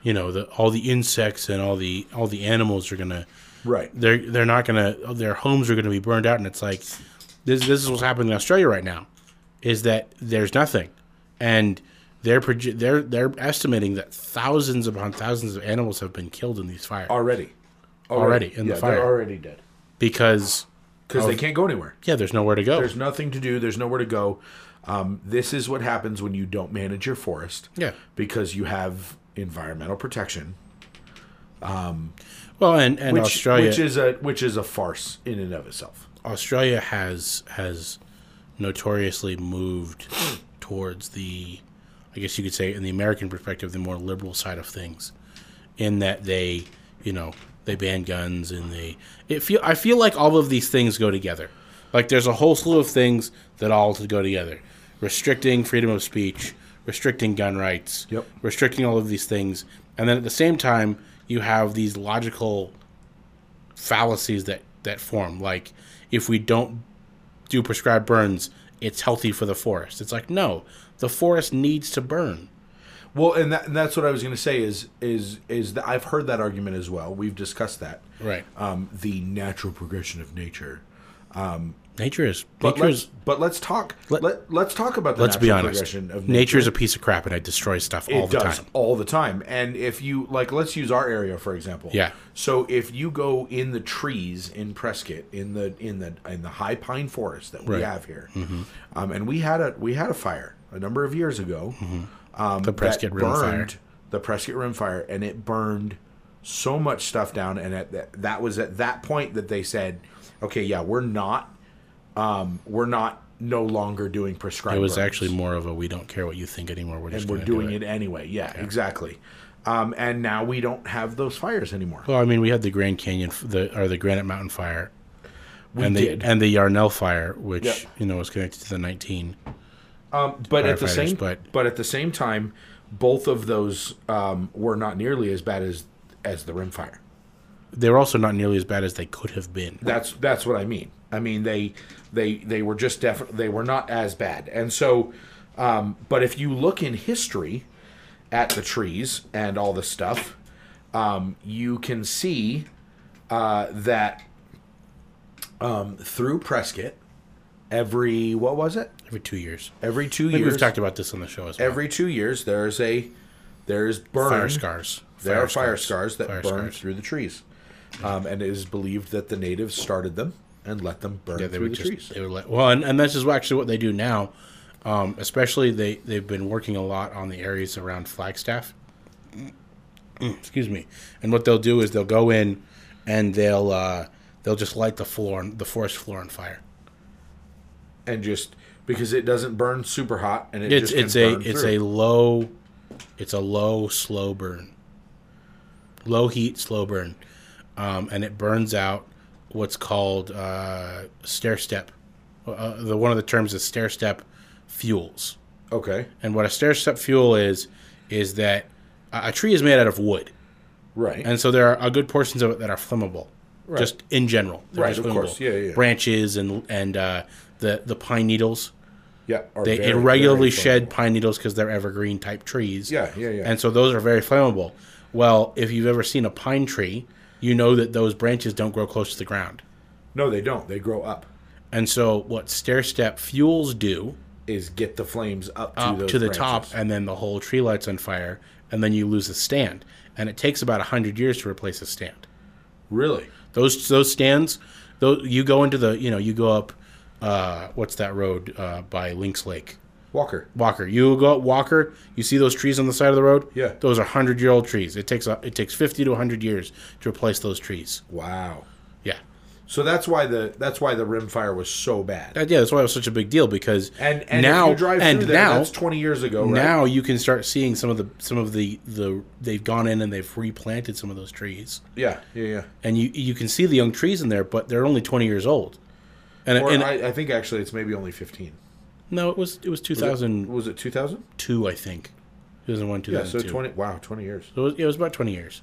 You know, the all the insects and all the all the animals are going to right they're they're not gonna their homes are gonna be burned out and it's like this this is what's happening in Australia right now is that there's nothing and they're proje- they're they're estimating that thousands upon thousands of animals have been killed in these fires already Already in the yeah, fire. Oh. they're already dead because because they can't go anywhere yeah there's nowhere to go there's nothing to do there's nowhere to go um, this is what happens when you don't manage your forest yeah because you have environmental protection well and and which, Australia which is a which is a farce in and of itself Australia has has notoriously moved towards the, I guess you could say, in the American perspective, the more liberal side of things, in that they, you know, they ban guns and they. It feel I feel like all of these things go together. Like there's a whole slew of things that all to go together, restricting freedom of speech, restricting gun rights, Yep. restricting all of these things, and then at the same time you have these logical fallacies that that form like if we don't do prescribed burns it's healthy for the forest it's like no the forest needs to burn Well, and, that, and that's what I was going to say is is is that I've heard that argument as well. We've discussed that. Right. Um, the natural progression of nature. nature is But nature let's, is but let's talk. Let, Let- let us talk about the let's natural be honest progression of nature. nature. is a piece of crap and it destroys stuff all it the does time all the time. And if you like, let's use our area for example. Yeah. So if you go in the trees in Prescott, in the in the in the high pine forest that we Right. Mm-hmm. have here, um, and we had a we had a fire a number of years ago. Um, Mm-hmm. The Prescott that Rim Fire. burned The Prescott Rim Fire, and it burned so much stuff down. And at that, that was at that point that they said, "Okay, yeah, we're not, um, we're not." No longer doing prescribed. it was burns actually more of a we don't care what you think anymore we're just we're gonna do doing it. anyway. Yeah, exactly. Um, and now we don't have those fires anymore. well i mean we had the grand canyon f- the or the granite mountain fire We and the did. and the yarnell fire which Yeah. you know was connected to the 19 Um, but at the firefighters, same, but, but- at the same time, both of those um, were not nearly as bad as as the rim fire. they were also not nearly as bad as they could have been That's that's what I mean. I mean they they they were just definitely they were not as bad. And so, um, but if you look in history at the trees and all the stuff, um, you can see uh, that um, through Prescott, every what was it? every two years Every two I think years, we've talked about this on the show as well every two years there's a there's burn fire scars. there are fire scars that Fire burn scars. through the trees, um, and it is believed that the natives started them and let them burn Yeah, they through would the just trees. they would let well, and, and this is actually what they do now. Um, especially they they've been working a lot on the areas around Flagstaff. Mm, Excuse me. And what they'll do is they'll go in and they'll uh, they'll just light the floor on the forest floor on fire. And just because it doesn't burn super hot and it It's just can it's a burn it's a through. low it's a low slow burn. Low heat slow burn. Um, and it burns out what's called uh, stair step. Uh, the one of the terms is stair step fuels. okay And what a stair step fuel is, is that a a tree is made out of wood. right And so there are a good portions of it that are flammable, just in general. They're Right, just of course. flammable. Yeah, yeah, yeah. Branches and and uh, the the pine needles. yeah are They very, irregularly very flammable. shed pine needles because they're evergreen type trees. Yeah, yeah, yeah. And so those are very flammable. Well, if you've ever seen a pine tree, you know that those branches don't grow close to the ground. No, they don't. They grow up. And so what stair step fuels do Is get the flames up to, up those to the top, branches. and then the whole tree lights on fire, and then you lose the stand. And it takes about hundred years to replace a stand. Really? Those those stands, those you go into the you know you go up, uh, what's that road uh, by Lynx Lake? Walker. Walker. You go up Walker. You see those trees on the side of the road? Yeah. those are hundred year old trees. It takes a, it takes fifty to hundred years to replace those trees. Wow. Yeah, So that's why the that's why the rim fire was so bad. That- yeah. That's why it was such a big deal because and and now if you drive and through there, now that's twenty years ago, right? now you can start seeing some of the some of the the they've gone in and they've replanted some of those trees. yeah, yeah, yeah. and you you can see the young trees in there, but they're only twenty years old. And, Or and I, I think actually it's maybe only fifteen. no, it was it was two Was it- thousand was it two thousand? two, I think, two thousand one, two Yeah, thousand two. so twenty. Wow, twenty years. it, was, it was about twenty years.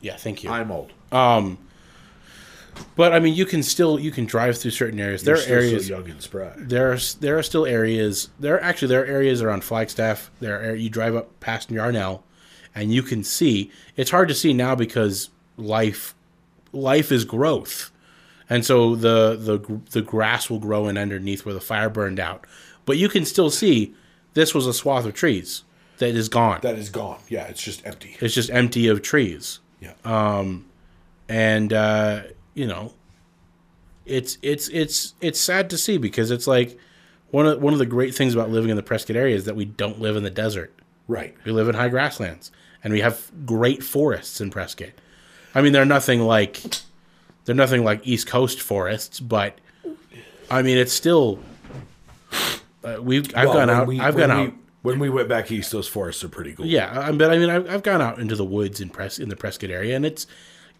Yeah, thank you. I'm old. but I mean, you can still you can drive through certain areas. There You're are still areas. so young and spry. there are s- there are still areas. There are, actually there are areas around Flagstaff. There are, you drive up past Yarnell, and you can see. It's hard to see now because life life is growth, and so the the gr- the grass will grow in underneath where the fire burned out. But you can still see this was a swath of trees that is gone. That is gone. Yeah, it's just empty. it's just empty of trees Um, Yeah. and uh, you know, it's it's it's it's sad to see because it's like one of one of the great things about living in the Prescott area is that we don't live in the desert. right. We live in high grasslands, and we have great forests in Prescott. I mean, they're nothing like they're nothing like East Coast forests, but I mean, it's still uh, we've I've Well, gone when out we- I've when gone we- out when we went back east. Those forests are pretty cool. yeah, I, I- but I mean, I've, I've gone out into the woods in Pres in the Prescott area, and it's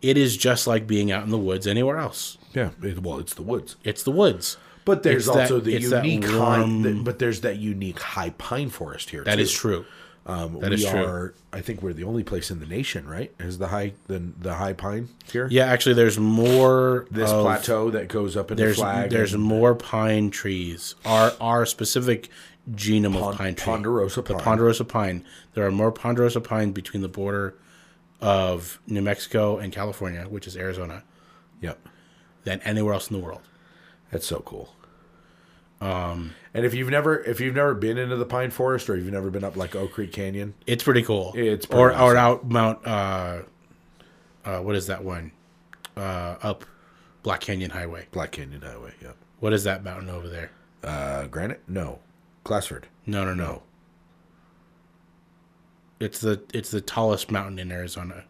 it is just like being out in the woods anywhere else. Yeah. it- well, it's the woods. It's the woods. But there's It's that- also the it's that unique warm- high, the, but there's that unique high pine forest here. That too. is true. Um, that we is true. Are, I think we're the only place in the nation, right? Is the high the the high pine here? Yeah, actually, there's more. This of- plateau that goes up into There's flag. there's and more pine trees. Our our specific genome of pine tree. ponderosa The pine. ponderosa pine. There are more ponderosa pine between the border of New Mexico and California, which is Arizona, yep, than anywhere else in the world. that's so cool. Um, and if you've never if you've never been into the pine forest or you've never been up like Oak Creek Canyon, It's pretty cool. It's or pretty or out Mount. Uh, uh, what is that one? Uh, up Black Canyon Highway. Black Canyon Highway, yep. What is that mountain over there? Uh, granite? No, Glassford. No, no, no. It's the it's the tallest mountain in Arizona.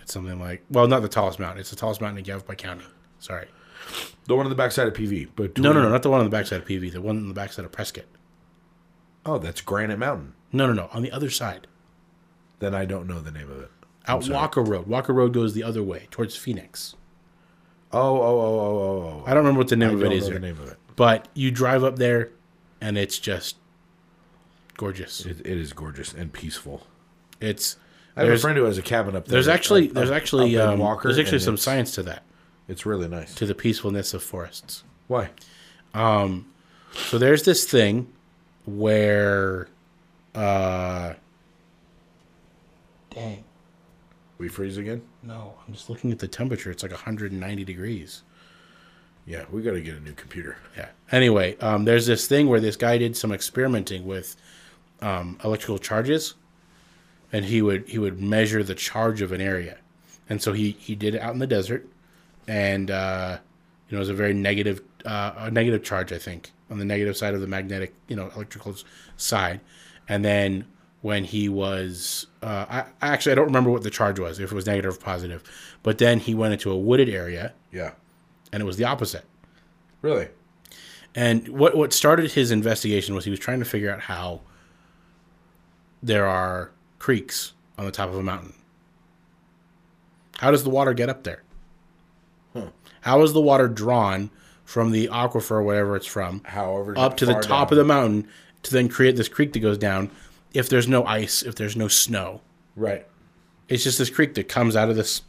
It's something like well, not the tallest mountain. It's the tallest mountain in Yavapai County. Sorry. The one on the backside of PV, but No, no, no, not the one on the backside of PV. The one on the backside of Prescott. Oh, that's Granite Mountain. No, no, no. On the other side, Then I don't know the name of it. out Walker Road. Walker Road goes the other way towards Phoenix. Oh, oh, oh, oh, oh, oh. I don't remember what the name I of don't it know is, the there, name of it. but you drive up there, and it's just gorgeous. it. It is gorgeous and peaceful. It's I have there's a friend who has a cabin up there. there's actually up- there's up- actually up in um, Walker, there's actually and some it's- science to that It's really nice. to the peacefulness of forests. Why? So there's this thing where uh dang, We freeze again? no, I'm just looking at the temperature. It's like 190 degrees. Yeah, we got to get a new computer. Yeah. Anyway, um there's this thing where this guy did some experimenting with um electrical charges and he would he would measure the charge of an area. And so he he did it out in the desert and uh, you know, it was a very negative, uh, a negative charge, I think, on the negative side of the magnetic, you know, electrical s- side. And then when he was, uh, I, I actually I don't remember what the charge was, if it was negative or positive, but then he went into a wooded area, Yeah. and it was the opposite. Really? And what what started his investigation was he was trying to figure out how there are creeks on the top of a mountain. How does the water get up there? How is the water drawn from the aquifer, whatever it's from, However, up to the far top of down. the mountain to then create this creek that goes down? If there's no ice, if there's no snow, Right. it's just this creek that comes out of this,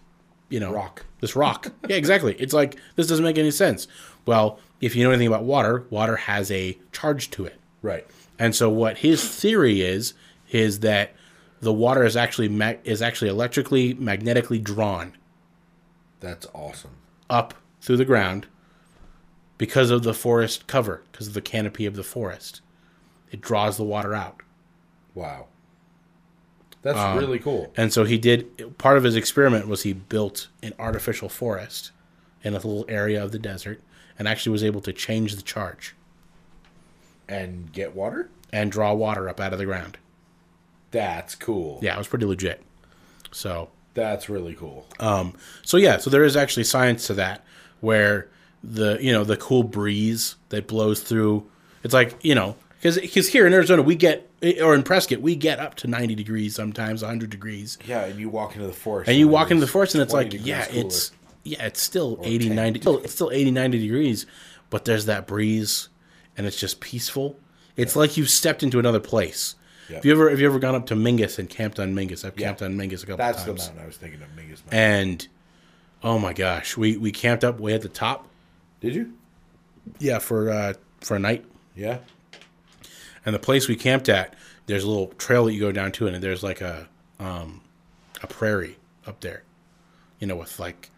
you know, Rock. This rock. yeah, exactly. It's like this doesn't make any sense. Well, if you know anything about water, water has a charge to it. Right. And so what his theory is is that the water is actually ma- is actually electrically magnetically drawn That's awesome. up through the ground because of the forest cover, because of the canopy of the forest. It draws the water out. Wow. That's Um, really cool. And so he did part of his experiment was he built an artificial forest in a little area of the desert and actually was able to change the charge And get water? and draw water up out of the ground. That's cool. Yeah, it was pretty legit. So, That's really cool. um so yeah, so there is actually science to that where the, you know, the cool breeze that blows through it's like, you know, cuz cuz here in Arizona we get or in Prescott we get up to 90 degrees sometimes 100 degrees yeah, and you walk into the forest. and you walk there's into the forest and it's 20 like degrees yeah cooler. it's yeah it's still 80 10 90 still, it's still 80 90 degrees but there's that breeze and it's just peaceful it's like you've stepped into another place Yeah. have you ever have you ever gone up to mingus and camped on mingus i've camped on mingus a couple That's the times mountain I was thinking of, Mingus Mountain. and oh my gosh we we camped up way at the top Did you? yeah for uh for a night Yeah. and the place we camped at there's a little trail that you go down to and there's like a um a prairie up there you know with like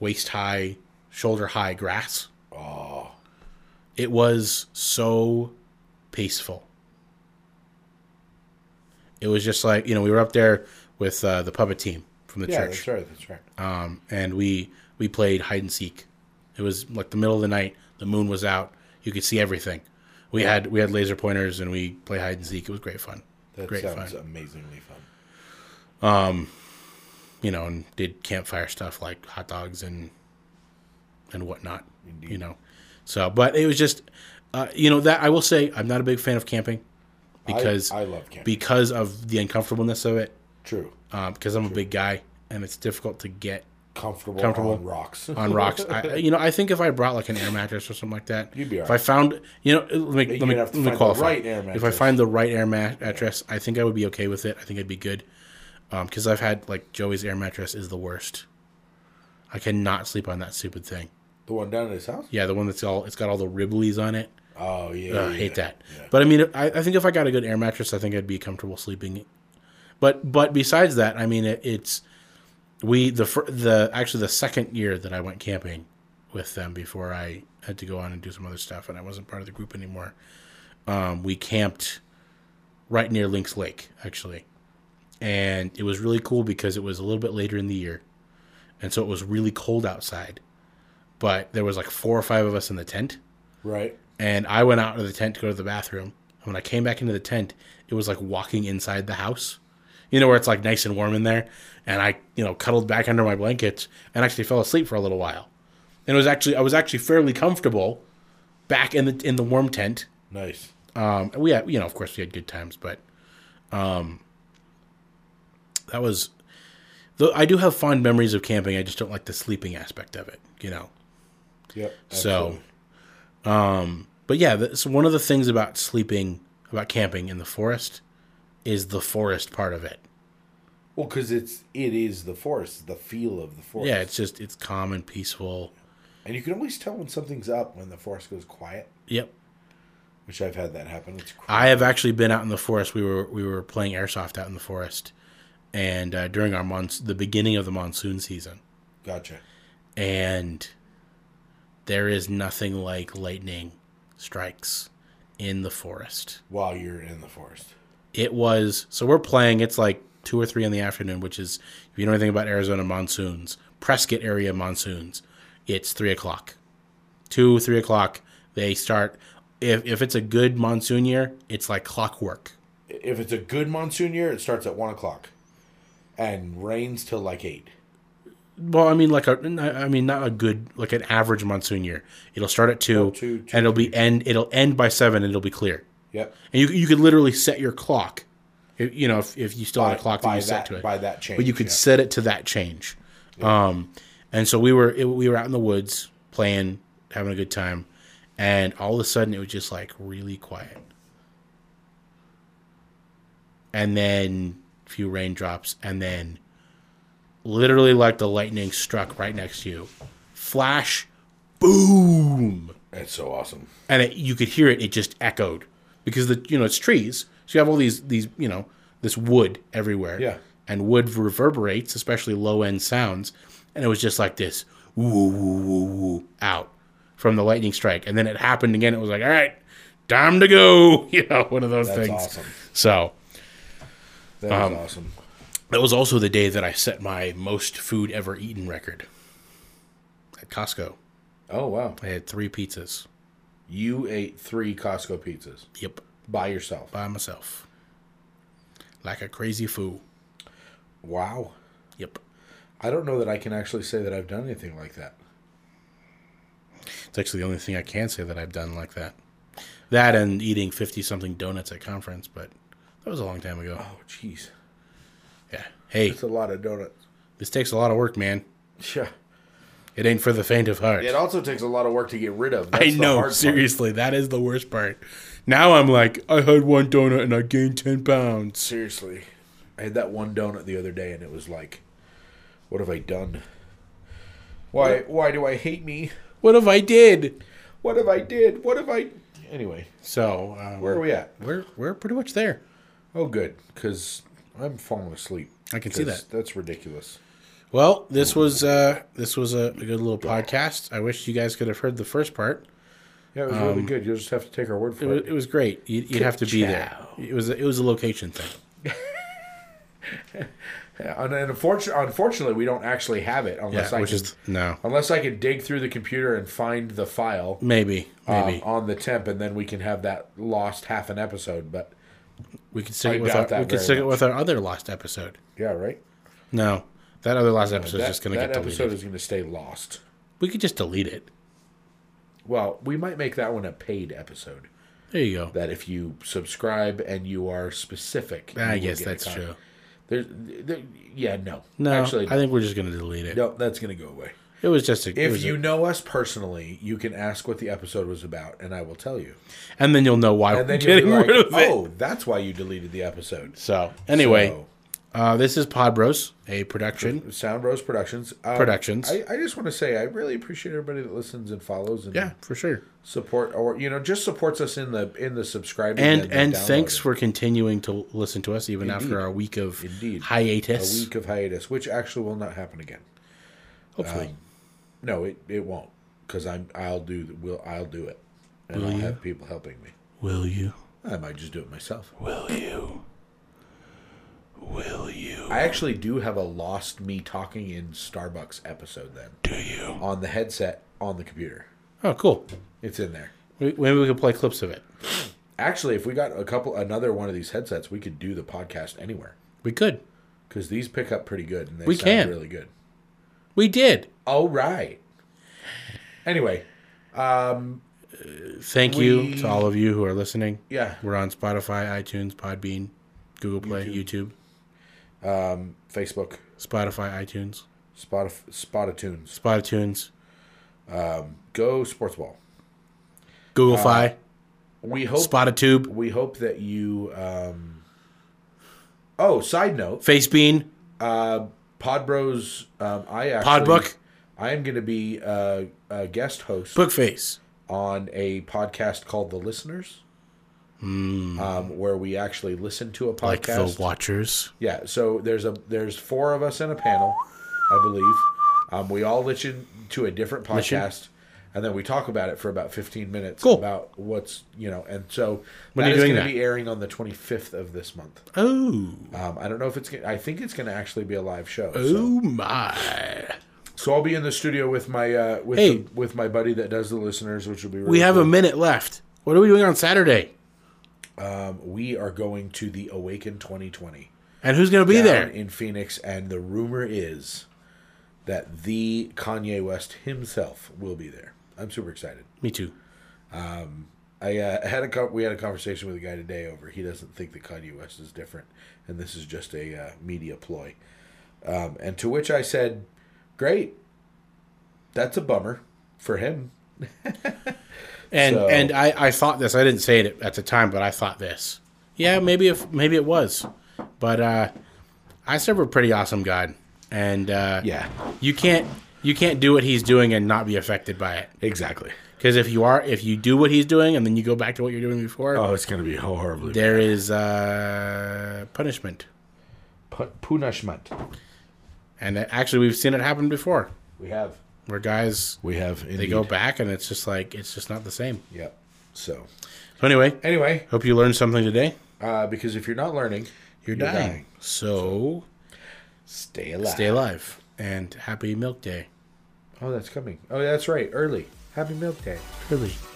waist high shoulder high grass Oh, it was so peaceful it was just like you know we were up there with uh, the puppet team from the yeah, church that's right. That's right. um, and we we played hide and seek. It was like the middle of the night. The moon was out. You could see everything. We had we had laser pointers and we played hide and seek. It was great fun. That great sounds fun. amazingly fun. You know, and did campfire stuff like hot dogs and and whatnot. You know, so but it was just uh, you know that I will say I'm not a big fan of camping because I, I love camping. because of the uncomfortableness of it. True. Because I'm a big guy and it's difficult to get Comfortable, Comfortable. on rocks. (laughs) on rocks. I, you know, I think if I brought like an air mattress or something like that, You'd be if all I found, you know, let me, you'd let me, have to let find me the qualify. right air if I mattress. find the right air mat- mattress, I think I would be okay with it. I think I'd be good. Because I've had like Joey's air mattress is the worst. I cannot sleep on that stupid thing. the one down at his house? Yeah, the one that's all it's got all the riblies on it. Oh, yeah. I yeah. hate that. yeah. But I mean, I, I think if I got a good air mattress, I think I'd be comfortable sleeping. But but besides that, I mean, it, it's we the fir- the actually the second year that I went camping with them before I had to go on and do some other stuff, and I wasn't part of the group anymore. Um, we camped right near Lynx Lake, actually, and it was really cool because it was a little bit later in the year, and so it was really cold outside. But there was like four or five of us in the tent Right. and I went out of the tent to go to the bathroom. And when I came back into the tent, it was like walking inside the house, you know, where it's like nice and warm in there. And I, you know, cuddled back under my blankets and actually fell asleep for a little while. And it was actually I was actually fairly comfortable back in the in the warm tent. Nice. Um, we had, you know, of course, we had good times, but um, that was. Though I do have fond memories of camping, I just don't like the sleeping aspect of it, you know. Yep. So, absolutely. um, but yeah, that's one of the things about sleeping, about camping in the forest, is the forest part of it. Well, because it's it is the forest, the feel of the forest. Yeah, it's just it's calm and peaceful. and you can always tell when something's up when the forest goes quiet, Yep, which I've had that happen. It's crazy. I have actually been out in the forest. We were we were playing airsoft out in the forest, and uh, during our months, the beginning of the monsoon season, gotcha. and there is nothing like lightning strikes in the forest. While you're in the forest, it was so we're playing it's like two or three in the afternoon which is if you know anything about arizona monsoons prescott area monsoons it's three o'clock, two three o'clock. They start if if it's a good monsoon year, it's like clockwork. If it's a good monsoon year, it starts at one o'clock, and rains till like eight. Well, I mean, like a, I mean, not a good, like an average monsoon year. It'll start at two, Oh, two- two, and it'll be end. It'll end by seven, and it'll be clear. Yep. And you you could literally set your clock, if, you know, if, if you still had By- a clock that by you set that- to it by that change, But you could yeah. set it to that change. Um, and so we were it, we were out in the woods playing, having a good time, and all of a sudden it was just like really quiet. And then a few raindrops, and then literally like the lightning struck right next to you, flash, boom It's so awesome. and it, you could hear it. It just echoed because the you know it's trees, so you have all these these you know this wood everywhere. Yeah. and wood reverberates, especially low end sounds, and it was just like this woo woo woo woo out from the lightning strike, and then it happened again. It was like all right, time to go. (laughs) You know, one of those That's things. Um, awesome. So That is awesome. that was also the day that I set my most food ever eaten record at Costco. Oh wow! I had three pizzas. You ate three Costco pizzas Yep, by yourself. by myself, like a crazy fool. Wow. Yep. I don't know that I can actually say that I've done anything like that. It's actually the only thing I can say that I've done like that. That and eating 50 something donuts at conference, but that was a long time ago. Oh, jeez, Yeah. Hey, it's a lot of donuts. this takes a lot of work, man. Yeah. It ain't for the faint of heart. It also takes a lot of work to get rid of. That's I the know, hard part. seriously, that is the worst part. Now I'm like, I had one donut and I gained 10 pounds. Seriously. I had that one donut the other day and it was like, what have I done? Why why do I hate me? What if I did? What have I did? What have I Anyway, So, um, where are we at? We're, we're pretty much there. Oh good, cuz I'm falling asleep. I can see 'Cause that. That's ridiculous. Well, this was uh, this was a, a good little podcast. I wish you guys could have heard the first part. Yeah, it was really good. You'll just have to take our word Um, It for was, it. it was great. You, you'd have to be there. It was it was a location thing. Yeah, and, and unfortunately, unfortunately, we don't actually have it Yeah, unless I which can, is no, unless I can dig through the computer and find the file maybe uh, maybe on the temp, and then we can have that lost half an episode. But we could stick I it with doubt our, that we could very stick it much. with our other last episode. yeah, right. No, that other last episode is that just going to that get deleted. episode is going to stay lost. we could just delete it. Well, we might make that one a paid episode. There you go. That if you subscribe and you are specific, you I will guess get a Ah, that's copy. true. There's, there, yeah, no, No, actually, I think we're just going to delete it. no, that's gonna go away. It was just a, it If was a- you know us personally, you can ask what the episode was about, and I will tell you. and then you'll know why And we're then you'll getting be like, rid of it. "Oh, that's why you deleted the episode." So anyway, So- uh, this is Pod Bros, a production. Sound Rose Productions. Um, Productions. I, I just want to say I really appreciate everybody that listens and follows and Yeah, for sure. support or you know just supports us in the in the subscribing And the and thanks for downloading. continuing to listen to us even after our week of Indeed. hiatus. a week uh, of hiatus, which actually will not happen again. Hopefully. No, it, it won't because I'm I'll do the- will I'll do it, and I'll have people helping me. Will you? I might just do it myself. Will you? Will you? I actually do have a lost me talking in Starbucks episode then Do you? on the headset on the computer. Oh, cool. It's in there. We- Maybe we could play clips of it. Actually, if we got a couple another one of these headsets, we could do the podcast anywhere. We could. because these pick up pretty good and they We sound can. really good. We did. All right. Anyway, Thank you to all of you who are listening. yeah, We're on Spotify, iTunes, Podbean, Google Play, YouTube, Facebook, Spotify, iTunes, Spotif- Spotatunes, Spotitunes, Go Sports Ball. Google Fi, We oh. hope Spotatube, we hope that you. Um, oh, side note, Facebean, Pod Bros. Um, I actually Podbook, I am going to be uh, a guest host Bookface. on a podcast called The Listeners, um, where we actually listen to a podcast. Hmm. Like the Watchers. Yeah, so there's a there's four of us in a panel, I believe. Um, we all listen to a different Listen. podcast, and then we talk about it for about 15 minutes Cool. about what's you know. And so When that are you is doing going that? to be airing on the 25th of this month. Oh. Um, I don't know if it's. gonna- I think it's going to actually be a live show. So, Oh, my. So I'll be in the studio with my uh, with Hey. the- with my buddy that does the listeners, which will be really We have a cool. minute left. What are we doing on Saturday? we are going to the Awaken 2020 And who's going to be down there? in Phoenix, and the rumor is that the Kanye West himself will be there. I'm super excited. Me too. I uh, had a co- we had a conversation with a guy today over. He doesn't think that Kanye West is different, and this is just a uh, media ploy. Um, and to which I said, "Great, that's a bummer for him." And So- and I, I thought this. I didn't say it at the time, but I thought this. Yeah, maybe if maybe it was, but uh, I serve a pretty awesome God, and uh, Yeah, you can't you can't do what He's doing and not be affected by it. exactly. Because if you are, if you do what He's doing and then you go back to what you're doing before, Oh, it's gonna be horribly there is uh, punishment, Pu- punishment. and that- actually we've seen it happen before, We have, where guys we have. Indeed. they go back and it's just like it's just not the same. Yep. So So anyway, anyway, hope you learned something today. uh, because if you're not learning, You're dying. dying. So stay alive. stay alive and happy milk day. oh, that's coming. Oh, that's right. Early. Happy Milk Day. Really.